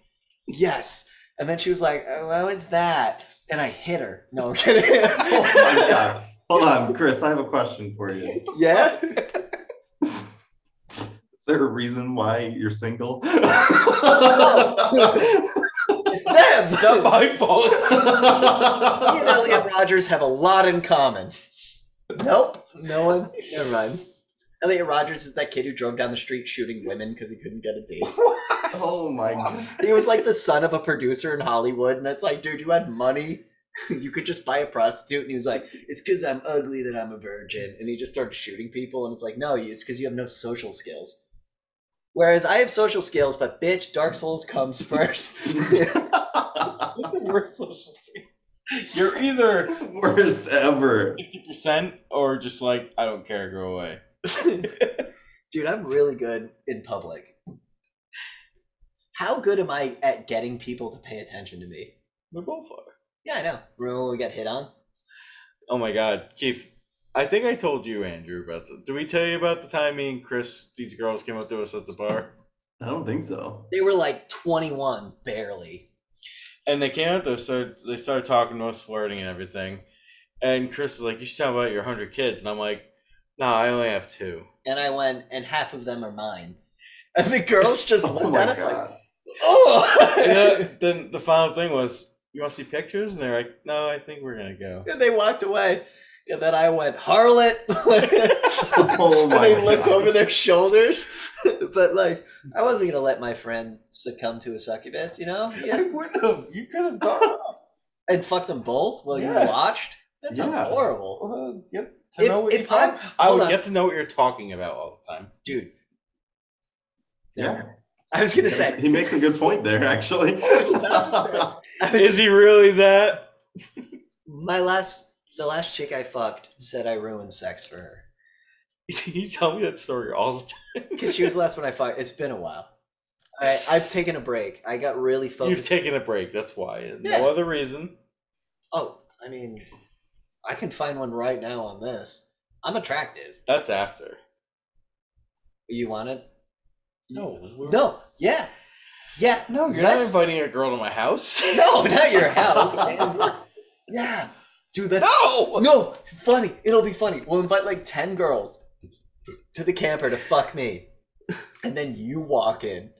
yes. And then she was like, oh, "What was that?" And I hit her. No, I'm kidding.
Oh my god! Hold on, Chris. I have a question for you. Is
Yeah.
there a reason why you're single?
It's
It's
them.
not my fault.
Me and Elliot Rogers have a lot in common. Nope. No one. Never mind. Elliot Rogers is that kid who drove down the street shooting women because he couldn't get a date.
oh my god!
he was like the son of a producer in Hollywood, and it's like, dude, you had money. You could just buy a prostitute, and he was like, "It's because I'm ugly that I'm a virgin," and he just started shooting people, and it's like, "No, it's because you have no social skills." Whereas I have social skills, but bitch, Dark Souls comes first.
Worst social skills. You're either
Worst ever.
fifty percent or just like I don't care, go away.
Dude, I'm really good in public. How good am I at getting people to pay attention to me?
We're both are.
Yeah, I know. Remember when we got hit on?
Oh my god, Keith. I think I told you, Andrew, about the. Did we tell you about the time me and Chris, these girls came up to us at the bar?
I don't think so.
They were like 21, barely.
And they came out there, so they started talking to us, flirting and everything. And Chris is like, "You should talk about your hundred kids," and I'm like, "No, I only have two.
And I went, and half of them are mine. And the girls just
Oh
looked
my
at us like,
God.
And
oh!
then- then the final thing was, "You want to see pictures?" And they're like, "No, I think we're gonna go."
and they walked away. And then I went, harlot.
Oh
and they
my
looked
God.
over their shoulders. but like, I wasn't going to let my friend succumb to a succubus, you know? Yes.
I wouldn't have. You could have gone.
And fuck them both while
Yeah.
you watched? That sounds
Yeah.
horrible.
get
to If- know what if you're talk-
I
hold
would
on.
get to know what you're talking about all the time.
Dude,
Yeah,
I was going to say,
he makes a good point there, actually.
I was about to say. I was-
Is he really that?
my last the last chick I fucked said I ruined sex for her
you tell me that story all the time.
because she was the last one I fucked. It's been a while. I, I've taken a break. I got really
You've
focused.
taken a break. That's why.
Yeah.
No other reason.
oh, I mean, I can find one right now on this. I'm attractive.
That's after.
You want it?
No, we're-
No. Yeah. Yeah.
No, you're not
That's-
inviting a girl to my house.
No, not your house. man. yeah, dude. That's
no.
no funny. It'll be funny. We'll invite like ten girls to the camper to fuck me, and then you walk in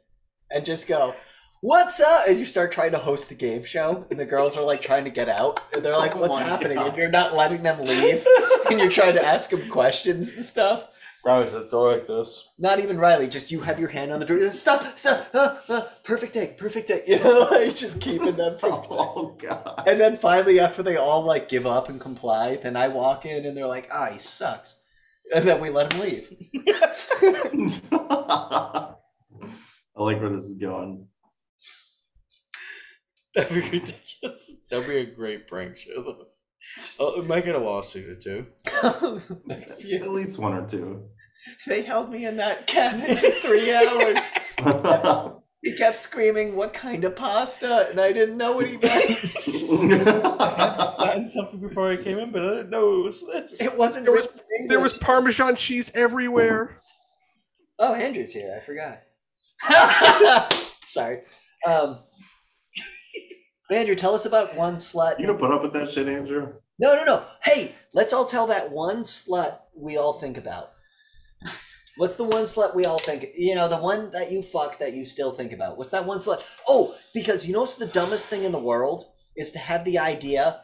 and just go, "What's up?" And you start trying to host the game show, and the girls are like trying to get out, and they're like,
Oh
"What's
my
happening?"
God.
And you're not letting them leave, and you're trying to ask them questions and stuff.
Riley's at the door like this.
Not even Riley, just you have your hand on the door. Stop, stop, uh, uh, perfect day, perfect day. You know, like just keeping them from
Oh god.
and then finally, after they all like give up and comply, then I walk in and they're like, "Ah, he sucks," and then we let him leave.
I like where this is going.
That'd be ridiculous. That'd be a great prank show. though. Oh, it might get a lawsuit or two.
At least one or two.
they held me in that cabin for three hours. He kept screaming, "What kind of pasta?" And I didn't know what he meant.
I signed something before I came in, but I didn't know it was this.
It wasn't.
There was-
written in
There was
English.
Parmesan cheese everywhere.
Oh, Andrew's here. I forgot. Sorry, um, Andrew. Tell us about one slut.
you gonna put up with that shit, Andrew?
No, no, no. Hey, let's all tell that one slut we all think about. What's the one slut we all think? You know, the one that you fuck that you still think about. What's that one slut? Oh, because you know what's the dumbest thing in the world is to have the idea,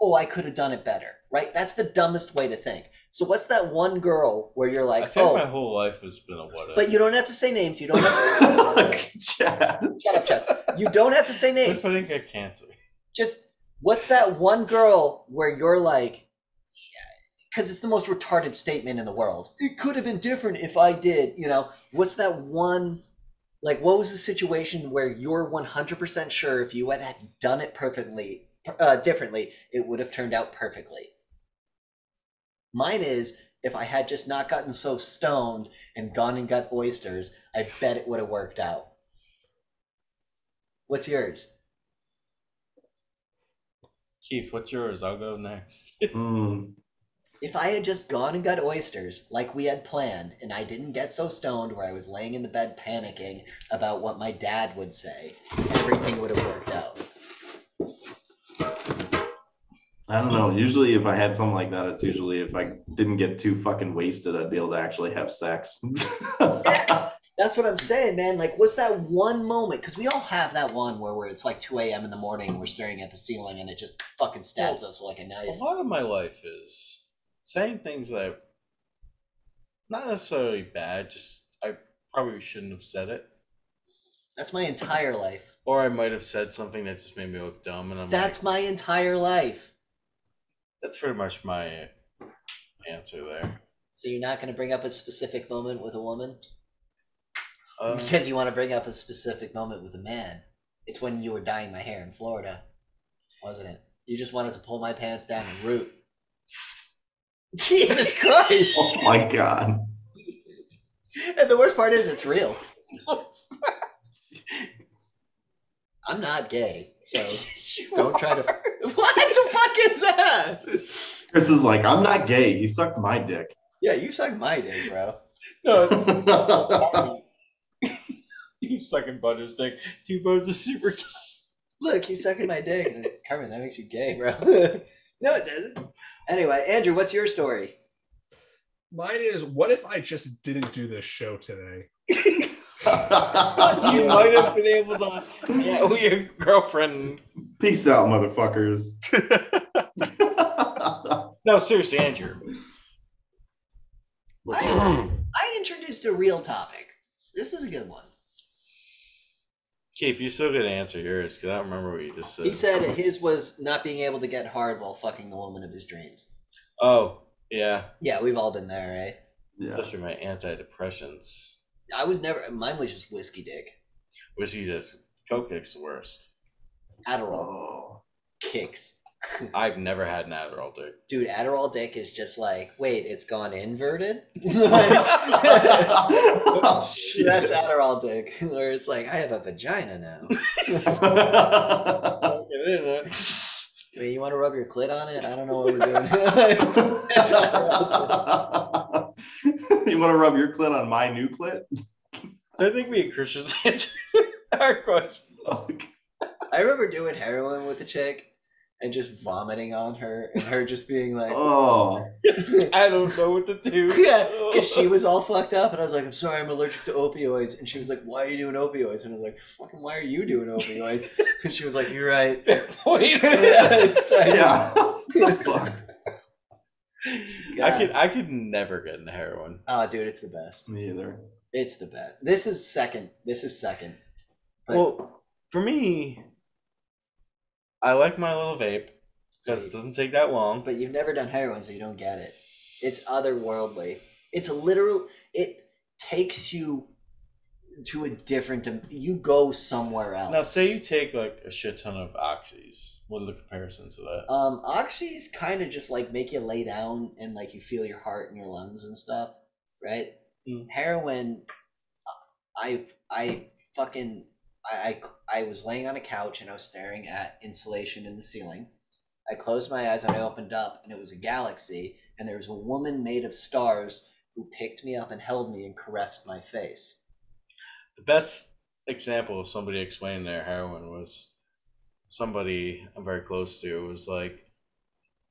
oh, I could have done it better. Right? That's the dumbest way to think. So what's that one girl where you're
I
like,
think my
oh,
whole life has been a what if.
but you don't have to say names. You don't have to
Chad.
shut up, Chad. You don't have to say
What
names.
if I didn't get cancer?
just what's that one girl where you're like because it's the most retarded statement in the world it could have been different if i did you know what's that one like what was the situation where you're 100% sure if you had had done it perfectly uh, differently it would have turned out perfectly mine is if i had just not gotten so stoned and gone and got oysters i bet it would have worked out what's yours
Keith, what's yours? I'll go next.
Mm,
If I had just gone and got oysters like we had planned, and I didn't get so stoned where I was laying in the bed panicking about what my dad would say, everything would have worked out.
I don't know. Usually, if I had something like that, it's usually if I didn't get too fucking wasted, I'd be able to actually have sex. Oh
That's what I'm saying, man. Like, what's that one moment? Because we all have that one where, where it's like 2 a.m. in the morning and we're staring at the ceiling and it just fucking stabs us like a
a
knife.
lot of my life is saying things that not necessarily bad, just I probably shouldn't have said it.
That's my entire life.
Or I might have said something that just made me look dumb and I'm like,
That's my entire life.
that's pretty much my answer there.
So you're not going to bring up a specific moment with a woman?
Um,
Because you want to bring up a specific moment with a man. It's when you were dyeing my hair in Florida, wasn't it? You just wanted to pull my pants down and root. Jesus Christ!
oh my god.
And the worst part is, it's real. I'm not gay, so don't try to. What the fuck is that?
Chris is like, I'm not gay. You sucked my dick.
Yeah, you suck my dick, bro.
No, it's- he's sucking Butter's dick. Two bones is super.
Look, he's sucking my dick. And then, Carmen, that makes you gay, bro. no, it doesn't. Anyway, Andrew, what's your story?
Mine is what if I just didn't do this show today?
you might have been able to. Yeah, with your girlfriend.
Peace out, motherfuckers.
No, seriously, Andrew.
I introduced a real topic. This is a good one.
Keith, you still got to answer yours because I don't remember what you just said.
He said his was not being able to get hard while fucking the woman of his dreams.
"Oh, yeah,
Yeah, we've all been there, right?
yeah.
those are my antidepressants.
I was never. Mine was just whiskey dick.
Whiskey does coke dick's the worst.
Adderall
Oh.
kicks,
I've never had an Adderall dick.
dude. Adderall dick is just like, wait, it's gone inverted.
oh, shit.
That's Adderall dick, where it's like I have a vagina now.
Don't get in it.
I mean, you want to rub your clit on it? I don't know what we're doing.
you want to rub your clit on my new clit?
I think me and Christian's answered our questions.
I remember doing heroin with a chick and just vomiting on her, and her just being like,
Oh.
I don't know what to do.
Yeah, because she was all fucked up, and I was like, "I'm sorry, I'm allergic to opioids." And she was like, "Why are you doing opioids?" And I was like, "Fucking, why are you doing opioids?" and she was like, "You're right."
Fair point.
It's like,
Yeah. Fuck.
I
God.
could I could never get into heroin.
Oh, dude, it's the best.
Me either.
It's the best. This is second. This is second. But-
Well, for me, I like my little vape because it doesn't take that long.
But you've never done heroin, so you don't get it. It's otherworldly. It's literal. It takes you to a different. dim- You go somewhere else.
Now, say you take like a shit ton of oxys. What are the comparisons to that?
Um, oxys kind of just like make you lay down and like you feel your heart and your lungs and stuff, right?
Mm.
Heroin, I I fucking I, I I was laying on a couch and I was staring at insulation in the ceiling. I closed my eyes and I opened up and it was a galaxy and there was a woman made of stars who picked me up and held me and caressed my face.
The best example of somebody explaining their heroin was somebody I'm very close to was like,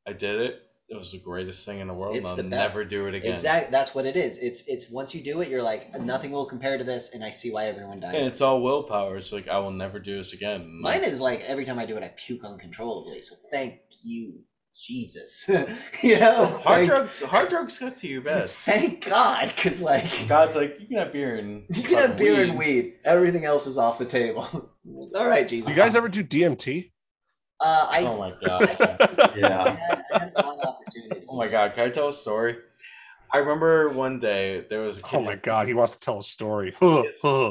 "I did it. It was the greatest thing in the world.
It's
and
the
I'll
best.
never do it again."
Exact. That's what it is. It's it's once you do it, you're like nothing will compare to this, and I see why everyone dies.
And it's all willpower. It's like I will never do this again. And, like,
Mine is like every time I do it, I puke uncontrollably. So thank you, Jesus. you know,
"Oh, hard
thank,
drugs. Hard drugs got to you bad.
Thank God, because like
God's like, you can have beer and
you can have
fucking
beer and weed. Everything else is off the table. All right, Jesus.
You guys ever do DMT?
Uh, I,
Oh my god.
I
Yeah.
had, I had a lot of opportunities.
oh my god. Can I tell a story? I remember one day there was a kid.
Oh my god, he wants to tell a story. Uh,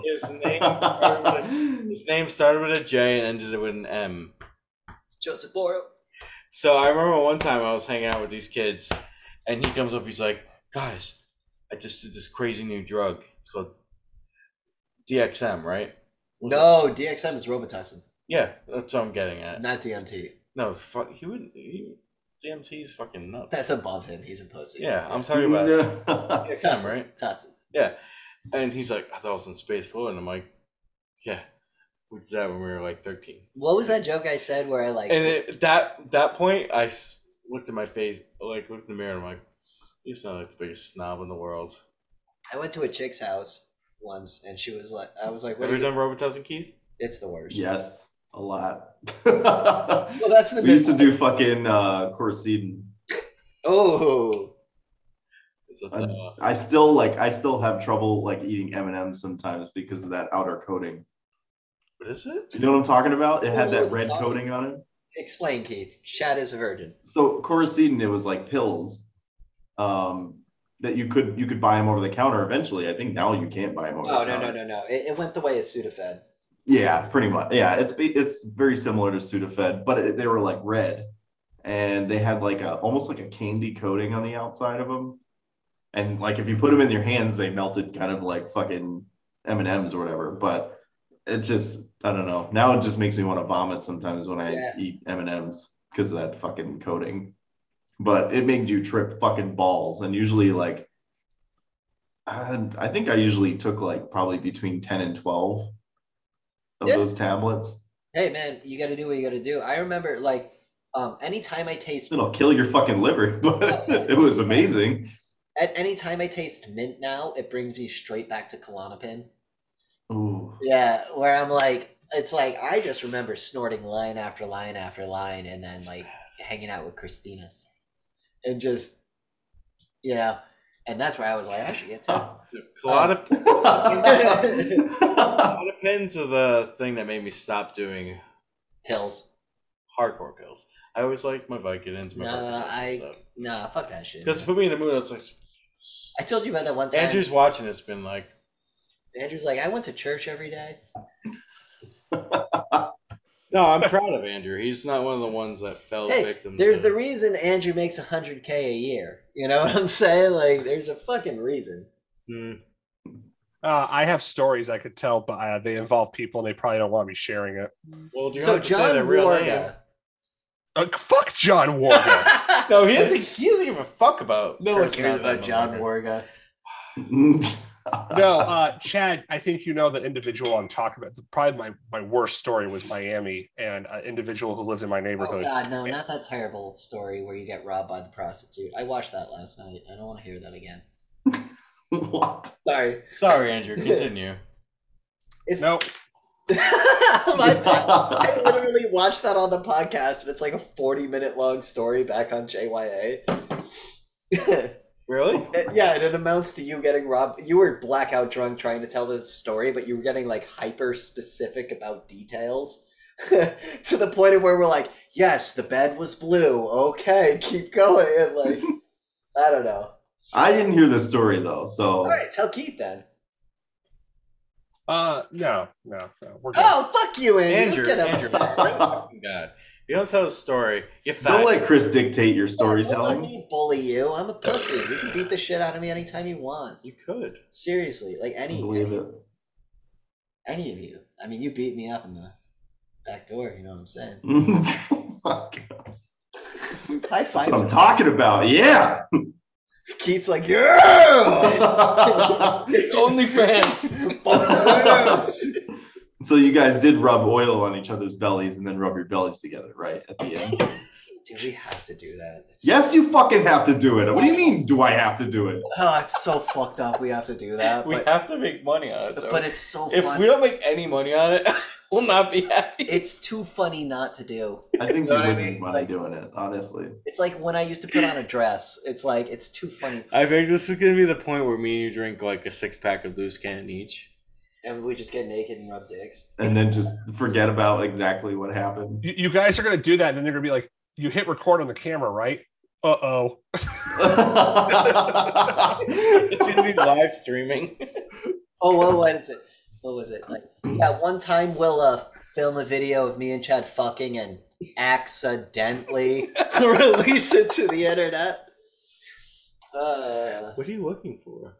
Yes. His name, started with a- his name started with a J and ended with an M.
Joseph Boro.
So I remember one time I was hanging out with these kids, and he comes up. He's like, "Guys, I just did this crazy new drug. It's called DXM, right?" Was it-
No, DXM is Robitussin,
Yeah, that's what I'm getting at.
not DMT.
No, fuck. He wouldn't. He, DMT's fucking nuts.
That's above him. He's a pussy.
yeah, I'm talking about it. DXM,
Tussin,
right?
Tussin.
And he's like, "I thought I was in space floor," and I'm like, "Yeah, we did that when we were like 13."
What was that joke I said where I like?
And at that that point, I s- looked at my face, like looked in the mirror, and I'm like, "You sound like the biggest snob in the world."
I went to a chick's house once, and she was like, "I was like, what
Have
are
you
you-
done Robitussin, Keith?
It's the worst."
yes, a lot.
Well, that's the
we used to do fucking uh, Corsedon.
Oh,
It's a,
I,
uh,
I still like. I still have trouble like eating M and M's sometimes because of that outer coating.
what is it?
You know what I'm talking about? It had
Oh,
that
the
red
solid.
coating on it.
explain, Keith. Chad is a virgin.
So Corsedon, it was like pills um, that you could you could buy them over the counter. Eventually, I think now you can't buy them over.
Oh
the
no,
counter.
no, no, no. It, it went the way of Sudafed.
Yeah, pretty much. Yeah, it's be- it's very similar to Sudafed, but it, they were like red, and they had like a almost like a candy coating on the outside of them, and like if you put them in your hands, they melted kind of like fucking M and M's or whatever. But it just I don't know. Now it just makes me want to vomit sometimes when I
Yeah.
eat M and M's because of that fucking coating. but it made you trip fucking balls. And usually, like, I, I think I usually took like probably between 10 and 12 of
Yeah.
those tablets.
Hey man, you got to do what you got to do. I remember like um, anytime I taste
It'll kill your fucking liver, but it was amazing.
at any time I taste mint now, it brings me straight back to Klonopin.
Ooh.
Yeah, where I'm like, it's like I just remember snorting line after line after line, and then like hanging out with Christina, and just yeah, and that's where I was like, I should get tested.
A lot of
yeah,
lot of pins are the thing that made me stop doing
Oh.
Pills,
hardcore pills. I always liked my Vicodins, my
No,
Percocets
I-
and stuff.
nah, fuck that shit.
Because it put me in the mood. I was like,
I told you about that one time.
Andrew's watching this, been like,
Andrew's like, I went to church every day.
no, I'm proud of Andrew. He's not one of the ones that fell
Hey,
victim.
There's
to-
the reason Andrew makes 100k a year. You know what I'm saying? Like, there's a fucking reason.
Hmm.
Uh, I have stories I could tell, but uh, they involve people and they probably don't want me sharing it.
well, do you
so
have to
John
say their real
Warga-
name?
Uh, fuck John Warner.
No, he doesn't. He doesn't give a fuck about.
no one cares
personality
about
no
John
longer.
Warga.
no, uh, Chad, I think you know the individual I'm talking about. Probably my, my worst story was Miami and an individual who lived in my
Oh
neighborhood.
God, no! Not that terrible story where you get robbed by the prostitute. I watched that last night. I don't want to hear that again.
what?
Sorry.
Sorry, Andrew. Continue.
It's
no,
my bad. I literally watched that on the podcast, and it's like a forty-minute long story back on JYA. yeah,
really?
and it amounts to you getting robbed. You were blackout drunk trying to tell this story, but you were getting like hyper specific about details. to the point of where we're like, yes, the bed was blue. Okay, keep going. And like, I don't know.
I didn't hear this story though, so
All right, tell Keith then.
uh, no, no, no. We're good.
Oh, fuck you, Andrew. Don't
Andrew.
get
Andrew.
upset.
it's really fucking God. You don't tell a story. You
don't
fat.
let Chris dictate your
Don't let
storytelling.
me bully you. I'm a pussy. You can beat the shit out of me anytime you want.
you could.
Seriously, like
I
any
believe
any,
it.
any of you. I mean, you beat me up in the back door. You know what I'm saying?
Oh my God.
High
That's
five.
what I'm talking about. Yeah.
Keith's like, yeah.
Only fans.
Fuck yes.
so you guys did rub oil on each other's bellies and then rub your bellies together, right? At the end.
Do we have to do that? It's-
Yes, you fucking have to do it. What do you mean? Do I have to do it?
Oh, it's so fucked up. We have to do that.
we
But,
have to make money on it. Though.
but it's so
if
fun.
we don't make any money on it, we'll not be happy.
it's too funny not to do.
I think
Know
you
what I
would
mean?
make money
Like-
doing it, honestly.
It's like when I used to put on a dress. It's like it's too funny,
I think this is gonna be the point where me and you drink like a six pack of loose cannon each.
and we just get naked and rub dicks.
And then just forget about exactly what happened.
You, you guys are going to do that, and then they're going to be like, you hit record on the camera, right? Uh oh.
It's gonna be live streaming.
Oh, what, what is it? What was it? Like that one time we'll uh, film a video of me and Chad fucking and accidentally release it to the internet. Uh,
What are you looking for?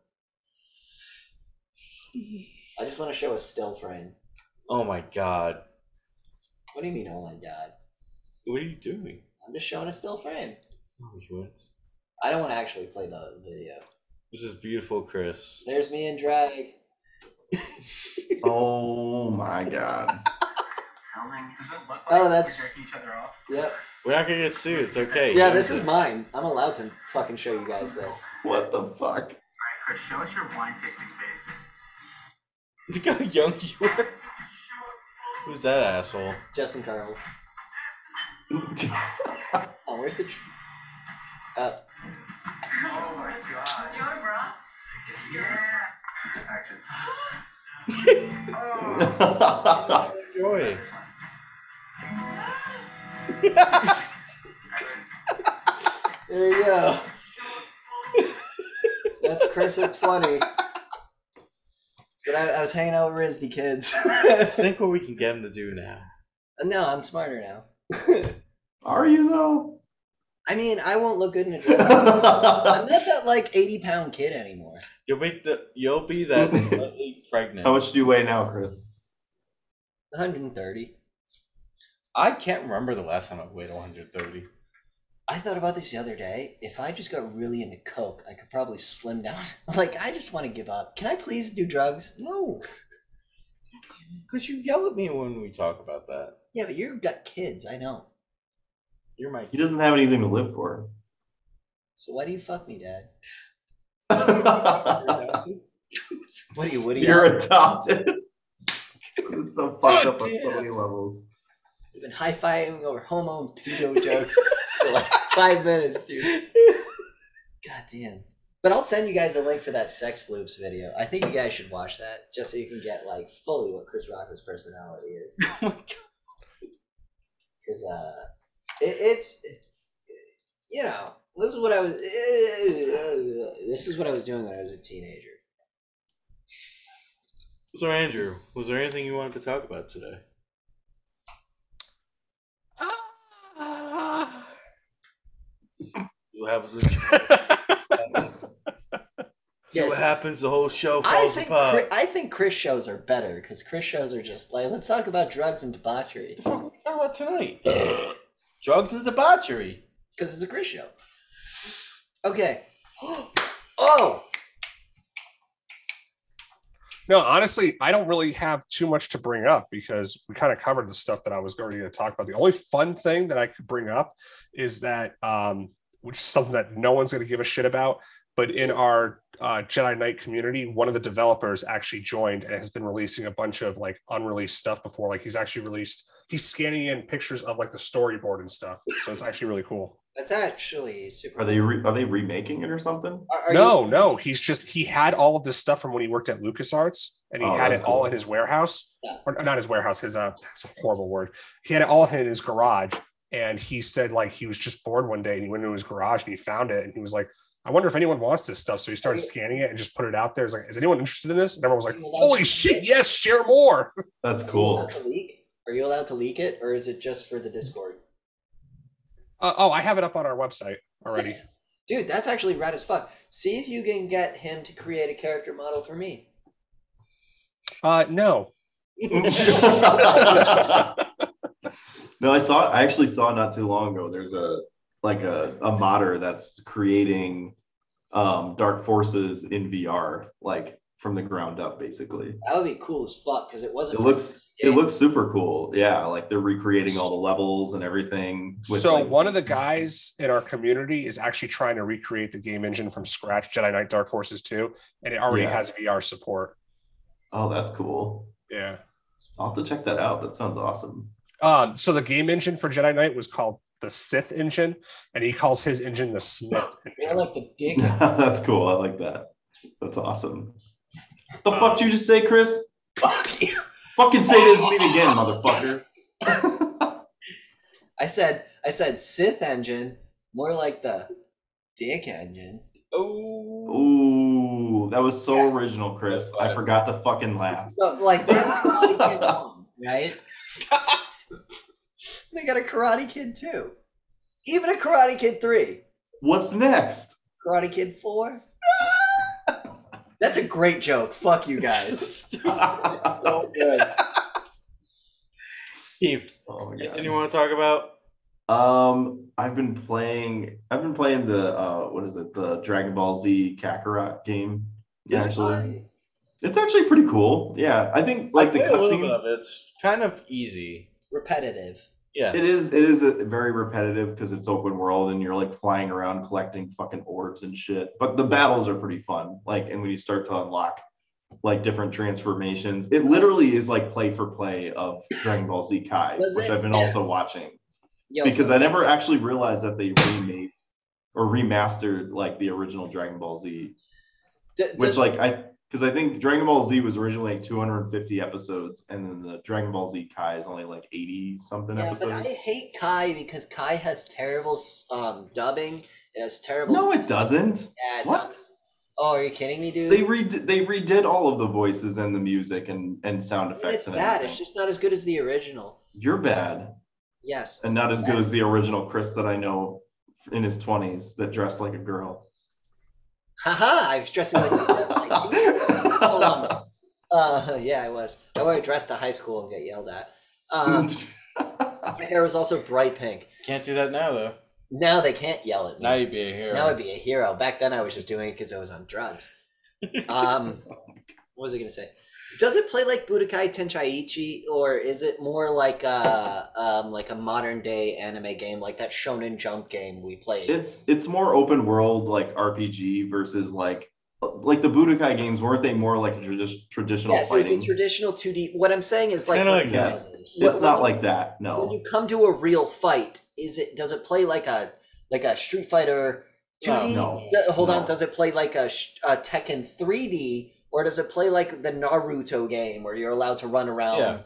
I just want to show a still frame.
Oh my god.
What do you mean, oh my god?
What are you doing?
I'm just showing a still frame.
Oh, you went.
I don't want to actually play the video.
This is beautiful, Chris.
There's me in drag.
oh my god.
Oh, that's- Yep.
We're not gonna get sued. It's okay.
Yeah, this is mine. I'm allowed to fucking show you guys this.
What the fuck?
Alright, Chris, show us your wine tasting face.
Look how young you are. Who's that asshole?
Justin Carl. Oh, where's the? Tr- uh,
Oh my god.
You want a bra?
Yeah. Action. oh.
That's
Joy.
there you go. That's Chris at twenty. But I, I was hanging out with Rizzy kids.
Let's think what we can get him to do now.
no, I'm smarter now.
Are you though?
I mean, I won't look good in a dress. I'm
How
not that like eighty pound kid anymore.
You'll be the. You'll be that slightly pregnant.
much do you weigh now, Chris?
130.
I can't remember the last time I weighed 130.
I thought about this the other day. If I just got really into coke, I could probably slim down. Like, I just want to give up. Can I please do drugs? No.
Because you yell at me when we talk about that.
Yeah, but you've got kids. I know.
You're my
He doesn't have anything to live for.
So why do you fuck me, Dad?
You're
What are you? What are you?
adopted. it's so fucked up on
Good
so
deal.
many levels.
I've been high fiving over homo and pedo jokes for like five minutes, dude. God damn. But I'll send you guys a link for that sex bloops video. I think you guys should watch that just so you can get like fully what Chris Rocker's personality is.
Oh my God.
Because uh, it, it's you know this is what I was this is what I was doing when I was a teenager.
So Andrew, was there anything you wanted to talk about today? What happens? When
Ah.
so
Yes.
what happens? The whole show
I
falls
think
apart.
Chri- I think Chris shows are better because Chris shows are just like let's talk about drugs and debauchery
the fuck are we talking about tonight? Drugs and debauchery.
because it's a Chris show. Okay. Oh,
No, honestly, I don't really have too much to bring up because we kind of covered the stuff that I was already going to talk about. The only fun thing that I could bring up is that, um, which is something that no one's going to give a shit about, but in our uh, Jedi Knight community, one of the developers actually joined and has been releasing a bunch of like unreleased stuff before. Like he's actually released, he's scanning in pictures of like the storyboard and stuff. So it's actually really cool.
that's actually super.
Are they re- are they remaking it or something?
Are- are you-
no, no, he's just he had all of this stuff from when he worked at LucasArts and he
Oh,
had it
that's
all
cool.
in his warehouse.
Yeah.
Or not his warehouse, his uh that's a horrible word. He had it all in his garage. And he said like he was just bored one day and he went into his garage and he found it and he was like, I wonder if anyone wants this stuff. So he started
Okay.
scanning it and just put it out there. He's like, is anyone interested in this? And everyone was like,
Well, that's-
Holy shit, yes, share more.
That's
are you
cool.
allowed to leak? Are you allowed to leak it, or is it just for the Discord?
Uh, oh, I have it up on our website already.
Dude, that's actually rad as fuck. See if you can get him to create a character model for me.
Uh no.
no, I saw. I actually saw not too long ago. There's a like a a modder that's creating um, Dark Forces in VR, like from the ground up, basically.
That would be cool as fuck because it wasn't.
It
from
looks
the
it
game.
looks super cool. Yeah, like they're recreating all the levels and everything.
so
like-
one of the guys in our community is actually trying to recreate the game engine from scratch, Jedi Knight Dark Forces 2, and it already
Yeah.
has VR support.
Oh, that's cool.
Yeah.
I'll have to check that out. That sounds awesome.
Um, so the game engine for Jedi Knight was called the Sith engine, and he calls his engine the Smith
You're
engine.
like the dick.
that's cool. I like that. That's awesome. The fuck did you just say, Chris?
Fuck you.
Fucking say this shit again, motherfucker.
I said, I said Sith engine, more like the dick engine.
Oh.
Ooh, that was so original, Chris. I forgot to fucking laugh.
But like they have a Karate Kid mom, right? they got a Karate Kid two, even a Karate Kid three,
What's next?
Karate Kid four. That's a great joke. Fuck you guys.
oh
so good.
Keith,
my
anything you
god.
want to talk about?
Um, I've been playing. I've been playing the uh, what is it? The Dragon Ball Z Kakarot game.
Is it
actually, it's actually pretty cool. Yeah, I think like the
Play a little bit
cutscenes.
of it. It's kind of easy.
repetitive.
Yeah.
It is. It is a, very repetitive because it's open world and you're like flying around collecting fucking orbs and shit. But the battles are pretty fun. Like, and when you start to unlock like different transformations, it literally is like play for play of Dragon Ball Z Kai,
Was
which
it-
I've been also watching
Yo,
because I never actually realized that they remade or remastered like the original Dragon Ball Z
d-
which
d-
like I because I think Dragon Ball Z was originally like 250 episodes, and then the Dragon Ball Z Kai is only like 80 something
yeah, but I
episodes.
hate Kai because Kai has terrible um, dubbing. It has terrible.
No, it doesn't.
yeah, it
what?
does. Oh, are you kidding me, dude?
They redid they redid all of the voices and the music and and sound
I mean,
effects.
it's
and
bad.
everything.
It's just not as good as the original.
You're bad
Yes.
and not as good as the original Chris that I know in his 20s that dressed like a girl.
Haha, I was dressing like Hold on. Uh, yeah, I was. I wore a dress to high school and get
Hmm.
yelled at. Um, my hair was also bright pink.
Can't do that now though.
Now they can't yell at me.
Now you'd be a hero.
Now I'd be a hero. Back then, I was just doing it because I was on drugs. Um, what was I going to say? Does it play like Budokai Tenkaichi, or is it more like a um, like a modern day anime game, like that Shonen Jump game we played?
It's it's more open world like RPG versus like like the Budokai games weren't they more like a tradi- traditional
yeah, so it's
fighting?
a traditional two D. What I'm saying is like,
Kinda
when
like
you-
that.
Xenoverse.
What-
it's not like that. No.
when you come to a real fight, is it does it play like a like a Street Fighter two D?
No,
Hold on,
no.
does it play like a, sh- a Tekken three D, or does it play like the Naruto game where you're allowed to run around?
Yeah.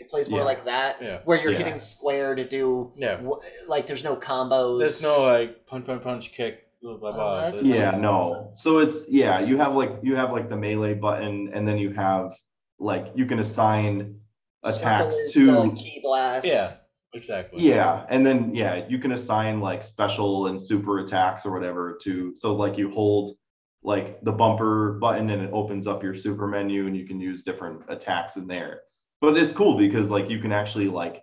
It plays more
Yeah.
like that,
Yeah.
where you're
Yeah.
hitting square to do
Yeah.
wh- like there's no combos.
There's no like punch, punch, punch, kick, blah blah.
Oh,
blah.
that's
There's-
yeah no so it's yeah you have like you have like the melee button and then you have like you can assign
Circle
uh, attacks
is
to-
the key blast.
Yeah, exactly.
yeah and then yeah you can assign like special and super attacks or whatever to so like you hold like the bumper button and it opens up your super menu and you can use different attacks in there but it's cool because like you can actually like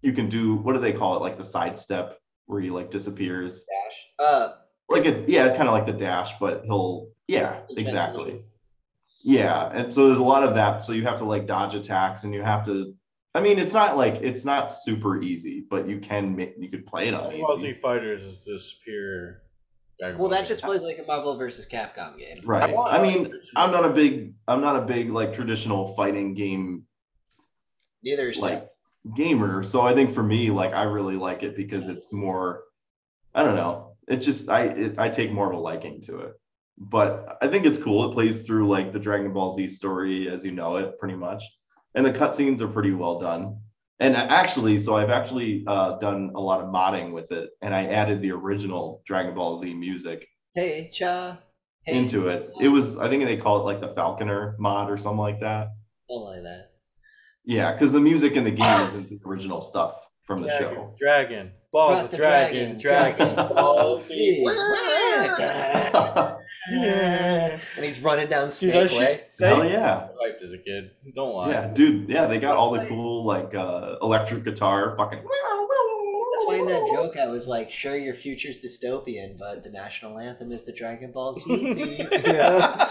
you can do what do they call it like the sidestep where he like disappears
Dash. Uh,
like a yeah kind of like the dash but he'll yeah
the gentleman.
exactly Yeah, and so there's a lot of that. So you have to like dodge attacks, and you have to. I mean, it's not like it's not super easy, but you can ma- you could play it on
Dragon Ball Z
easy.
Fighters is the superior. Dragon
Well,
Ball
that
Z.
just plays like a Marvel versus Capcom game.
Right.
want-
I mean, I'm not a big I'm not a big like traditional fighting game
Neither is
like
Jack.
gamer. So I think for me, like I really like it because it's more. I don't know. It just I it, I take more of a liking to it, but I think it's cool. It plays through like the Dragon Ball Z story as you know it pretty much, and the cutscenes are pretty well done. And I- actually, so I've actually uh, done a lot of modding with it, and I added the original Dragon Ball Z music
Hey cha. Hey,
into it. It was I think they call it like the Falconer mod or something like that.
something like that.
Yeah, because the music in the game isn't the original stuff from the
Dragon,
show.
Dragon, Ball
Brought
the Dragon, Dragon, Ball Z. Yeah.
and he's running down
Dude,
Snake
that
Way.
shit, that
Hell
shit
yeah.
hyped as a kid. Don't lie.
Yeah, dude. Yeah, they got all the
That's why-
cool like uh electric guitar fucking
That's
That's
why in that joke I was like, sure, your future's dystopian, but the national anthem is the Dragon Ball Z theme.
Yeah.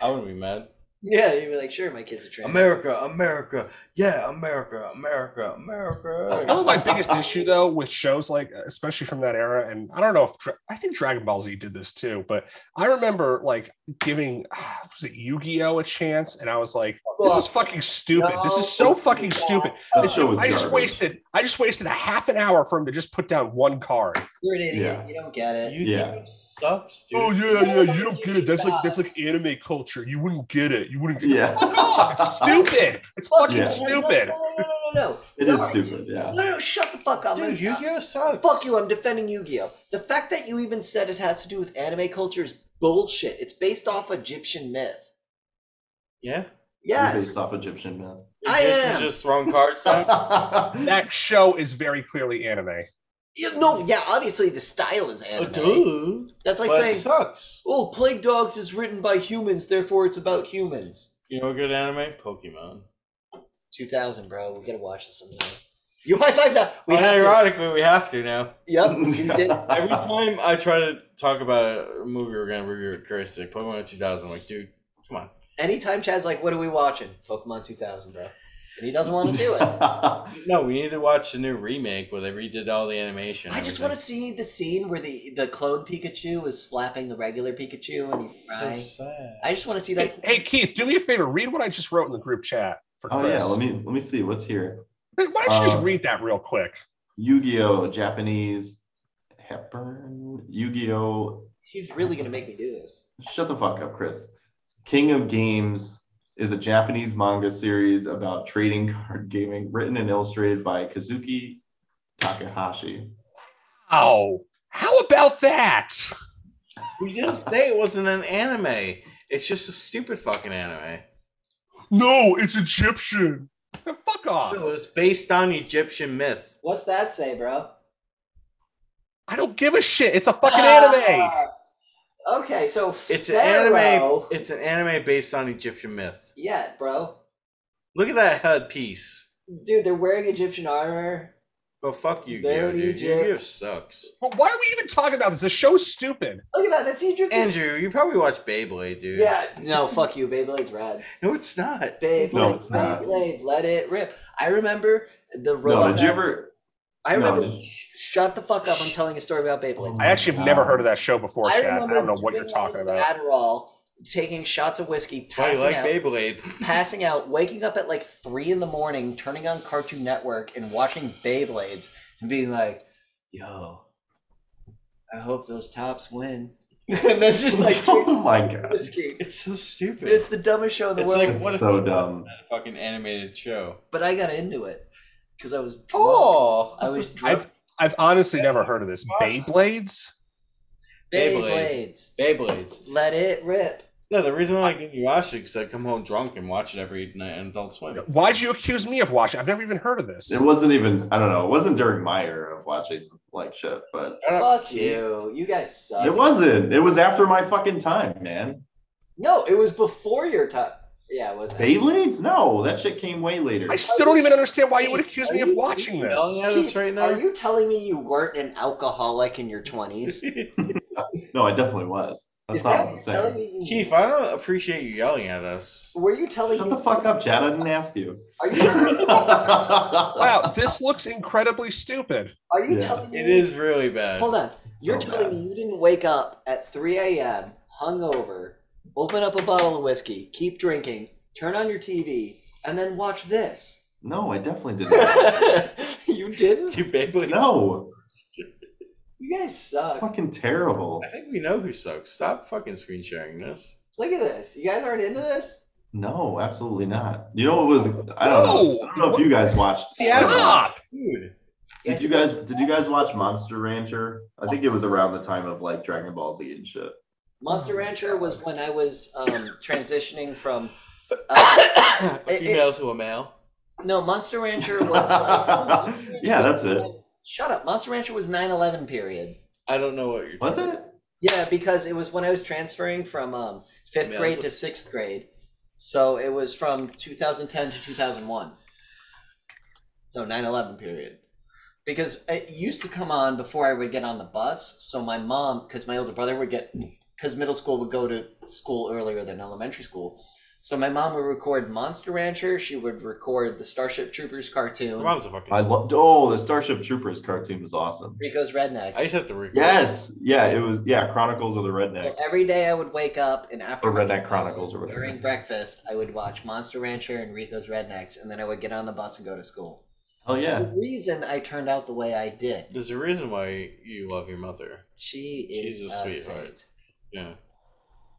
I wouldn't be mad.
yeah, you were like, sure, my kids are trans.
America, America, yeah, America, America,
That
Oh,
America.
was my biggest issue though with shows like, especially from that era, and I don't know if Dra- I think Dragon Ball Z did this too, but I remember like giving ah, was it Yu Gi Oh a chance, and I was like, this is fucking stupid. this is so fucking stupid.
Oh,
That show was
Uh, I just
garbage.
wasted I just wasted a half an hour for him to just put down one card.
You're an idiot.
Yeah.
You don't get it.
You
Yeah.
sucks, dude.
Oh, anime culture. You wouldn't get it. You wouldn't Fuck off. It's
Yeah.
stupid. It's fucking
Yeah.
stupid.
No, no, no, no, no,
it is stupid, yeah.
no. No, no, shut the fuck up.
Dude,
I'm-
Yu-Gi-Oh sucks.
Fuck you, I'm defending Yu Gi Oh! The fact that you even said it has to do with anime culture is bullshit. It's based off Egyptian myth.
Yeah.
Yes.
Based off Egyptian myth.
I
Just-
am.
Just throwing cards down.
yeah,
That show is very clearly anime.
Yeah, no, yeah, obviously the style is anime.
Oh, dude.
That's like
but it
saying,
sucks.
oh, Plague Dogs is written by humans, therefore it's about humans.
You know a good anime? Pokemon.
2000, bro. We gotta watch this sometime. You high five that. We have to.
Unironically, we have to now.
Yep. we did.
Every time I try to talk about a movie we're gonna review at Chris, like Pokemon 2000, I'm like, dude, come on.
Anytime Chad's like, what are we watching? Pokemon 2000, bro. And he doesn't want to do it.
No, we need to watch the new remake where they redid all the animation.
I just want to see the scene where the, the clone Pikachu is slapping the regular Pikachu and he's
So
crying.
sad.
I just want to see
Hey,
that.
hey, Keith, do me a favor. Read what I just wrote in the group chat for
oh
Chris.
yeah, let me let me see what's here.
Why don't
Uh,
you just read that real quick?
Yu-Gi-Oh! Japanese Hepburn. Yu-Gi-Oh!
He's really gonna make me do this.
Shut the fuck up, Chris. King of Games is a Japanese manga series about trading card gaming, written and illustrated by Kazuki Takahashi.
Oh, how about that?
We didn't say it wasn't an anime. It's just a stupid fucking anime.
No, it's Egyptian. Fuck off.
Oh.
It was based on Egyptian myth.
What's that say, bro?
I don't give a shit. It's a fucking anime.
Ah. Okay, so
It's an anime.
Pharaoh-
It's an anime based on Egyptian myth.
Yeah, bro.
Look at that headpiece.
Dude, they're wearing Egyptian armor.
Well, fuck you,
They
Yu-Gi-Oh,
don't
dude.
need you.
Yu-Gi-Oh sucks.
But why are we even talking about this? The show's stupid.
Look at that. That's Andrew. just-
Andrew, you probably watch Beyblade, dude.
Yeah. No, fuck you. Beyblade's rad.
No, it's not.
Beyblade.
No, it's not.
Beyblade. Let it rip. I remember the
No,
robot.
did you ever?
I
no,
remember.
did-
Shut the fuck up. I'm telling a story about Beyblades.
I actually have
God.
never heard of that show
Oh,
before,
I
Chad. I
remember
don't know what you're
doing
talking
lines of
about.
Adderall, taking shots of whiskey,
That's why you
passing
like
out,
Beyblade.
passing out, waking up at like three in the morning, turning on Cartoon Network and watching Beyblades and being like, "Yo, I hope those tops win." and then just like
oh
drinking
my god,
whiskey.
It's so stupid.
It's the dumbest show in the
It's
world.
like
It's
what if
so
it was
dumb.
a fucking animated show?
but I got into it because I was drunk.
Oh,
I was drunk.
I've I've honestly never heard of this. Beyblades?
Beyblade.
Beyblades,
Beyblades.
let it rip.
No, the reason I didn't watch it because I come home drunk and watch it every night on Adult Swim.
Why'd you accuse me of watching? I've never even heard of this.
it wasn't even. I don't know. It wasn't during my era of watching like shit, but
Shut up,
Fuck
Keith.
you. You guys suck.
it wasn't. It was after my fucking time, man.
No, it was before your time. Yeah, it was.
Beyblades? No, that shit came way later.
I still don't even understand why you would accuse me of watching this.
Yelling at us right
Are
now.
you telling me you weren't an alcoholic in your twenties?
No, I definitely was. That's
Is
not
that
what
what
I'm
you're
saying.
telling me? You,
Keith, I don't appreciate you yelling at us.
were you telling
Shut
me?
the fuck up, Chad. I didn't ask you.
Are you
Wow, this looks incredibly stupid.
are you
Yeah. Oh,
telling me?
It is really bad.
Hold on. You're
So
telling
bad.
me you didn't wake up at 3 a.m. hungover, open up a bottle of whiskey, keep drinking, turn on your TV, and then watch this.
No, I definitely didn't.
you didn't.
Two Beyblades.
no,
You guys suck.
fucking terrible.
I think we know who sucks. Stop fucking screen sharing this.
Look at this. You guys aren't into this.
No, absolutely not. You know what was? I don't know. I don't know Oh if you guys watched.
Stop!
Dude.
Did you guys? Did you guys watch Monster Rancher? I think it was around the time of like Dragon Ball Z and shit.
Monster Rancher was when I was um, transitioning from.
A
Uh, it- it-
female to a male.
No, Monster Rancher was like. "Oh, Monster Rancher
Yeah, that's
was-
it.
Shut up. Monster Rancher was 9 11 period.
I don't know what you're
Was it?
Yeah, because it was when I was transferring from um, fifth
Yeah.
grade to sixth grade. So it was from 2010 to 2001. So 9 11 period. Because it used to come on before I would get on the bus. So my mom, because my older brother would get, because middle school would go to school earlier than elementary school. So my mom would record Monster Rancher. She would record the Starship Troopers cartoon.
My mom's a fucking.
I
I,
loved. Oh, the Starship Troopers cartoon was awesome.
Rico's Rednecks.
used to have to record.
Yes. Yeah. It was. Yeah. Chronicles of the Redneck.
Well, every day I would wake up and after
Or Redneck Chronicles or whatever.
During breakfast, I would watch Monster Rancher and Rico's Rednecks, and then I would get on the bus and go to school.
Hell yeah.
The reason I turned out the way I did,
There's a reason why you love your mother.
she is
She's a
a,
sweetheart.
saint.
Yeah.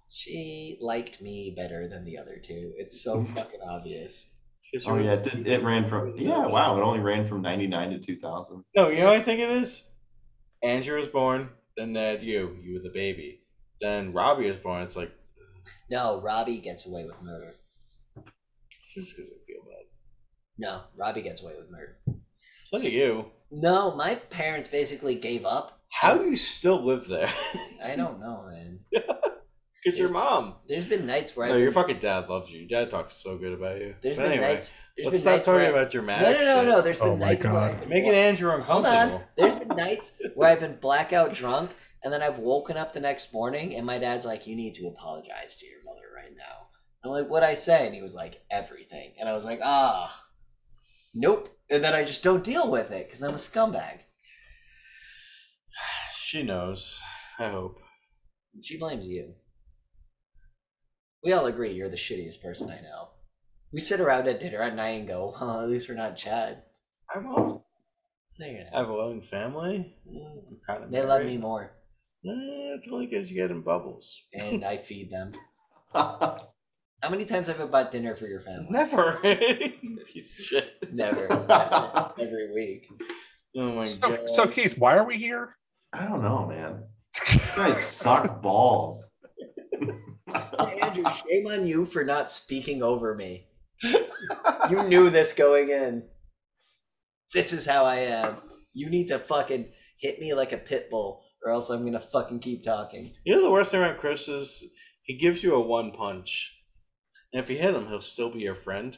She liked me better than the other two. It's so fucking obvious.
It's 'cause
Oh
you're-
yeah. It, did, it ran from. Yeah. Wow. It only ran from ninety nine to two thousand.
No, you know what I think it is? Andrew was born, then they had you. You were the baby. Then Robbie was born. It's like,
No, Robbie gets away with murder.
it's just because I feel bad.
No, Robbie gets away with murder.
It's not you.
No, my parents basically gave up.
How do you still live there?
I don't know, man.
Because your mom.
There's been nights where
No,
I've
your
been,
fucking dad loves you. Your dad talks so good about you.
there's
But
been
anyway,
nights. there's
let's
been
stop
nights where
talking
I-
about dramatic.
No, no, no,
shit.
no. There's been
Oh my
nights where
God.
I've been
Making Andrew
Hold
uncomfortable.
on. There's been nights where I've been blackout drunk, and then I've woken up the next morning, and my dad's like, "You need to apologize to your mother right now." I'm like, "What I say?" And he was like, "Everything." And I was like, "Ah, nope." And then I just don't deal with it because I'm a scumbag.
She knows. I hope.
She blames you. We all agree you're the shittiest person I know. We sit around at dinner at night and go, huh, "At least we're not Chad."
I'm always.
No, you're
I
not.
have a loving family.
Mm,
I'm kind of
They love me more,
Eh, it's only because you get in bubbles.
and I feed them.
I
How many times have I bought dinner for your family?
Never. eh? Piece of shit.
Never. That's it. Every week.
Oh my
So,
god.
so Keith, why are we here?
don't know, man. You guys suck balls.
Andrew, shame on you for not speaking over me. you knew this going in. This is how I am. You need to fucking hit me like a pit bull, or else I'm gonna fucking keep talking.
You know the worst thing about Chris is he gives you a one punch, and if you hit him, he'll still be your friend.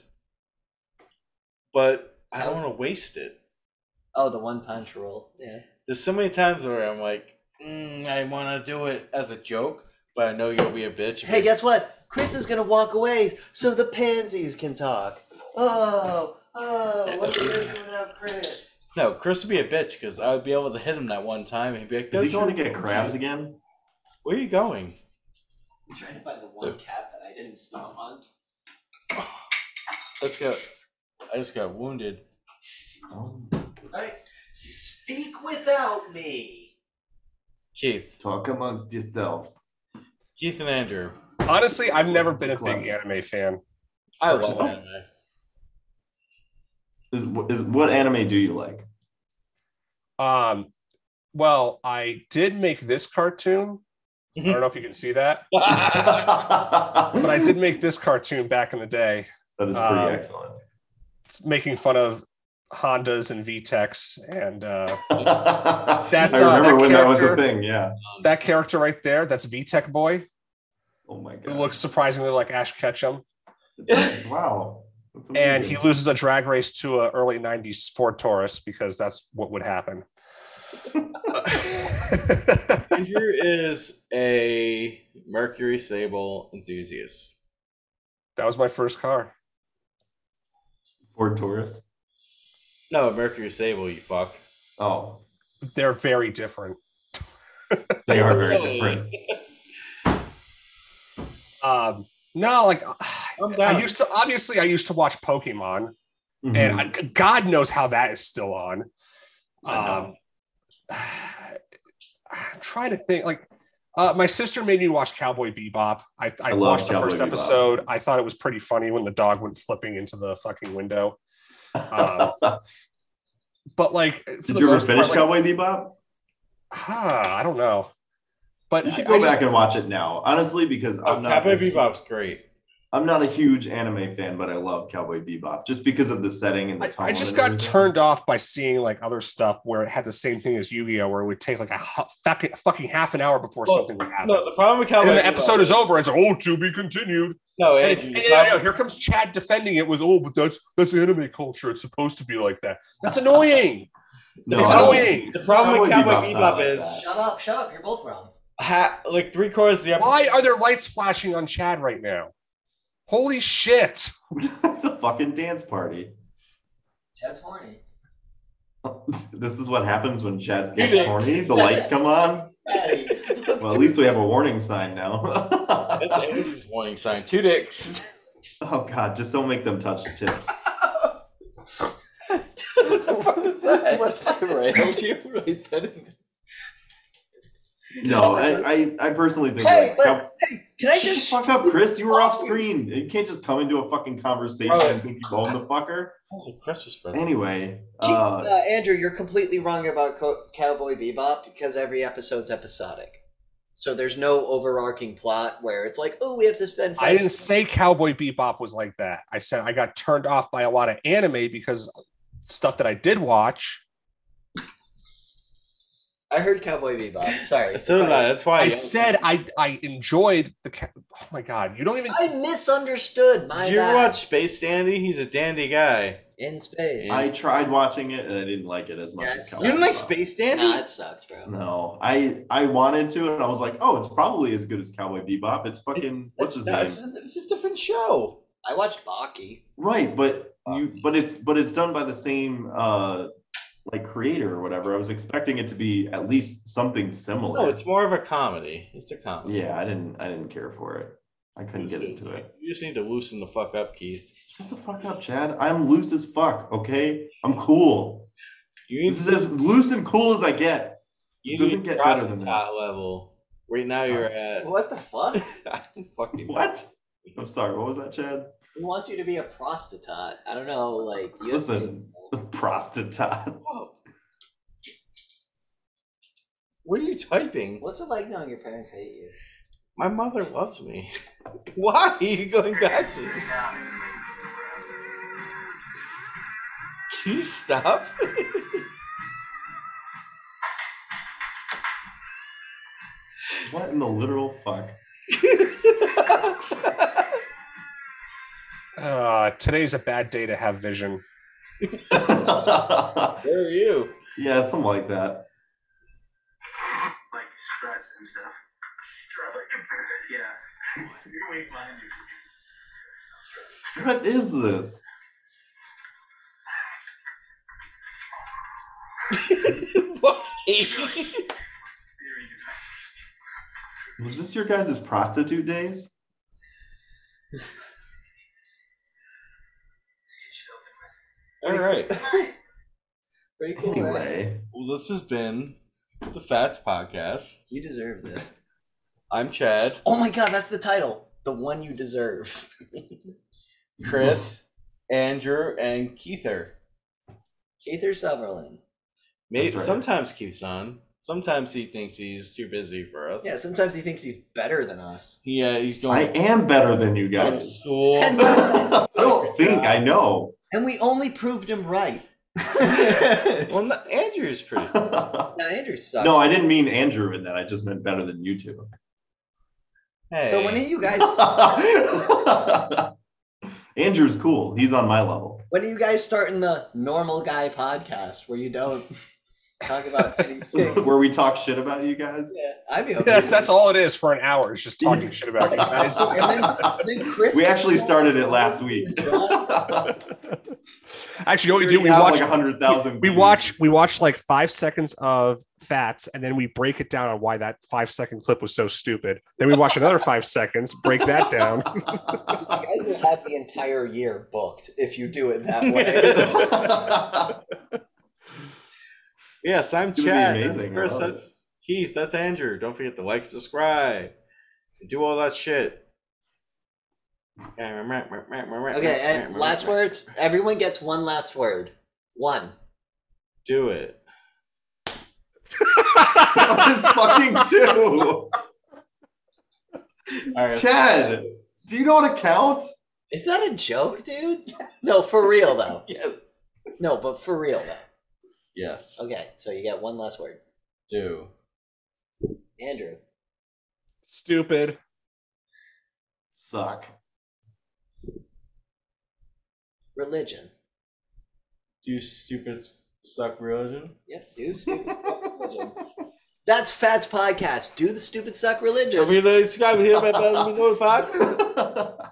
But I
That
don't
was-
want to waste it.
Oh, the one punch rule. Yeah.
There's so many times where I'm like, mm, I want to do it as a joke, but I know you'll be a bitch.
Hey, guess what? Chris is gonna walk away so the pansies can talk. Oh, oh, what are we gonna do without Chris?
No, Chris would be a bitch because I would be able to hit him that one time. And he'd be like,
Is he
"That's
trying
only
to get crabs again?
Where are you going?
I'm trying to find the one cat that I didn't stomp on.
Let's go. I just got wounded.
Oh,
Alright. Speak without me.
Keith,
talk amongst yourselves.
Keith, and Andrew.
Honestly, I've never been a big anime fan.
I
First
love
of all-
anime.
Is, is what anime do you like?
Um, well, I did make this cartoon. I don't know if you can see that,
I
but
but
I did make this cartoon back in the day.
That is pretty
um,
excellent.
It's making fun of Hondas and VTECs, and uh,
That's
That's,
I
uh,
remember
that
when that was a
character-
thing. Yeah.
that character right there, that's VTech boy,
Oh my god.
who looks surprisingly like Ash Ketchum,
wow. That's
and he
amazing.
loses a drag race to a early '90s Ford Taurus because that's what would happen.
Andrew is a Mercury Sable enthusiast.
that was my first car.
Ford Taurus.
No, Mercury Sable, you fuck.
Oh,
They're very different.
they are very
Hey.
different.
Um, no, like
I'm
I
down.
used to obviously I used to watch Pokemon,
Mhm.
and I, God knows how that is still on.
I know.
Um, I'm trying to think. Like, uh, my sister made me watch Cowboy Bebop. I, I,
I love
watched the
Cowboy
first
Bebop.
episode. I thought it was pretty funny when the dog went flipping into the fucking window. um, But like, for
Did
the
you ever
most
finish
part, like,
Cowboy Bebop?
huh, I don't know. But
You should
I-
go
I
back
just-
and watch it now, honestly, because
Oh,
I'm not.
Cowboy Bebop's great.
I'm not a huge anime fan, but I love Cowboy Bebop just because of the setting and the
I,
tone.
I just
and
got
everything.
turned off by seeing like other stuff where it had the same thing as Yu-Gi-Oh, where it would take like a hu- fucking, fucking half an hour before
Well,
something would happen.
No, the problem with
and
Cowboy
then the episode
Bebop
is over. It's like, oh, to be continued.
No,
And,
Andrew,
and,
the
yeah, yeah,
problem-
here comes Chad defending it with, oh, but that's that's anime culture. It's supposed to be like that. That's annoying.
No,
it's
I don't-
annoying.
the problem with
Cowboy
Cowboy
Bebop's not
Bebop
like
is
that.
Shut up, shut up, you're both wrong.
ha- like three quarters of the episode.
Why are there lights flashing on Chad right now? Holy shit!
it's a fucking dance party.
Chad's horny.
This is what happens when Chad's
You
gets
did-
horny. The lights come on.
Maddie.
Well, at least we have a warning sign now.
It's Andrew's warning sign. Two dicks.
oh God, just don't make them touch the tips.
what the fuck is that?
What if I railed you right then?
No, I, I, I personally think.
Hey,
that
but hey, can I just
fuck up, Chris. You were off screen. You can't just come into a fucking conversation and think you own the fucker.
That's a Christmas present.
Anyway,
Keith,
uh,
uh, Andrew, you're completely wrong about co- Cowboy Bebop because every episode's episodic. So there's no overarching plot where it's like, oh, we have to spend.
I didn't say Cowboy Bebop was like that. I said I got turned off by a lot of anime because stuff that I did watch.
I heard Cowboy Bebop. Sorry.
So did I. That's why
I said I I enjoyed the. Ca- oh my god! You don't even.
I misunderstood. My
Did you ever
bad.
watch Space Dandy? He's a dandy guy.
In Space?
I tried watching it and I didn't like it as much.
Yeah,
as
it's-
Cowboy
You didn't like
Bebop.
Space
nah,
Dandy?
it sucks, bro.
No, I I wanted to, and I was like, oh, it's probably as good as Cowboy Bebop. It's fucking
It's-
what's his
it's- no,
name?
It's, a- it's a different show.
I watched Baki.
Right, but you but it's but it's done by the same uh like creator or whatever. I was expecting it to be at least something similar.
No, it's more of a comedy. It's a comedy.
yeah, I didn't I didn't care for it. I couldn't get into it.
You just need to loosen the fuck up, Keith.
Shut the fuck up, Chad. I'm loose as fuck, okay? I'm cool.
You need
This is as loose and cool as I get.
you
it doesn't
need to
get
cross
better
the
than
top level. Right now you're at
What the fuck?
I don't fucking
What? I'm sorry, what was that, Chad?
He wants you to be a prostitute. I don't know, like you
Listen. The prostitute.
Whoa. What are you typing?
What's it like knowing your parents hate you?
My mother loves me. Why are you going back to this? Can you stop?
What in the literal fuck?
Uh, today's a bad day to have vision.
Where are you?
yeah, something like that.
Like strut and stuff. Strut like yeah. You're way behind me.
What is this?
Why?
There you go.
Was this your guys' prostitute days?
All right.
Pretty cool. right?
Anyway,
Well, this has been the Fats Podcast.
You deserve this.
I'm Chad,
Oh my god, that's the title. The one you deserve.
Chris, Andrew, and Keither.
Kather Sutherland.
Maybe
That's right.
sometimes Keith's on. Sometimes he thinks he's too busy for us.
Yeah, sometimes he thinks he's better than us.
He, uh, he's
I
going
am better than you
to
guys.
school.
And-
I don't think I know.
And we only proved him right.
well, no, Andrew's pretty.
no,
Now, Andrew sucks.
I didn't mean Andrew in that. I just meant better than you two.
Hey.
So when are you guys
Andrew's cool. He's on my level.
when are you guys starting the normal guy podcast where you don't talk about anything?
Where we talk shit about you guys.
yeah, I'd be okay.
Yes, that's all it is for an hour. It's just talking shit about you guys.
And then, and then Chris
We
can-
actually started it last week.
Actually, you know what we do? We
have
watch
like hundred thousand.
we watch we watch like five seconds of fats and then we break it down on why that five second clip was so stupid then we watch another five seconds break that down
You guys will have the entire year booked if you do it that way.
Yes, I'm
It's gonna be
Chad.
amazing.
That's
I
Chris.
love
That's Keith. That's Andrew. Don't forget to like, subscribe, and do all that shit.
okay,
Okay,
and last words. Everyone gets one last word. One.
Do it.
That was fucking two.
All right.
Chad, do you know how to count?
Is that a joke, dude? No, for real though.
Yes.
No, but for real though.
Yes.
Okay, so you got one last word.
Do.
Andrew.
stupid
Suck.
Religion.
Do stupid suck religion.
Yep, do stupid suck religion. That's Fats Podcast. Do the stupid suck religion.
If you subscribe, hit that button, be notified.
Bye.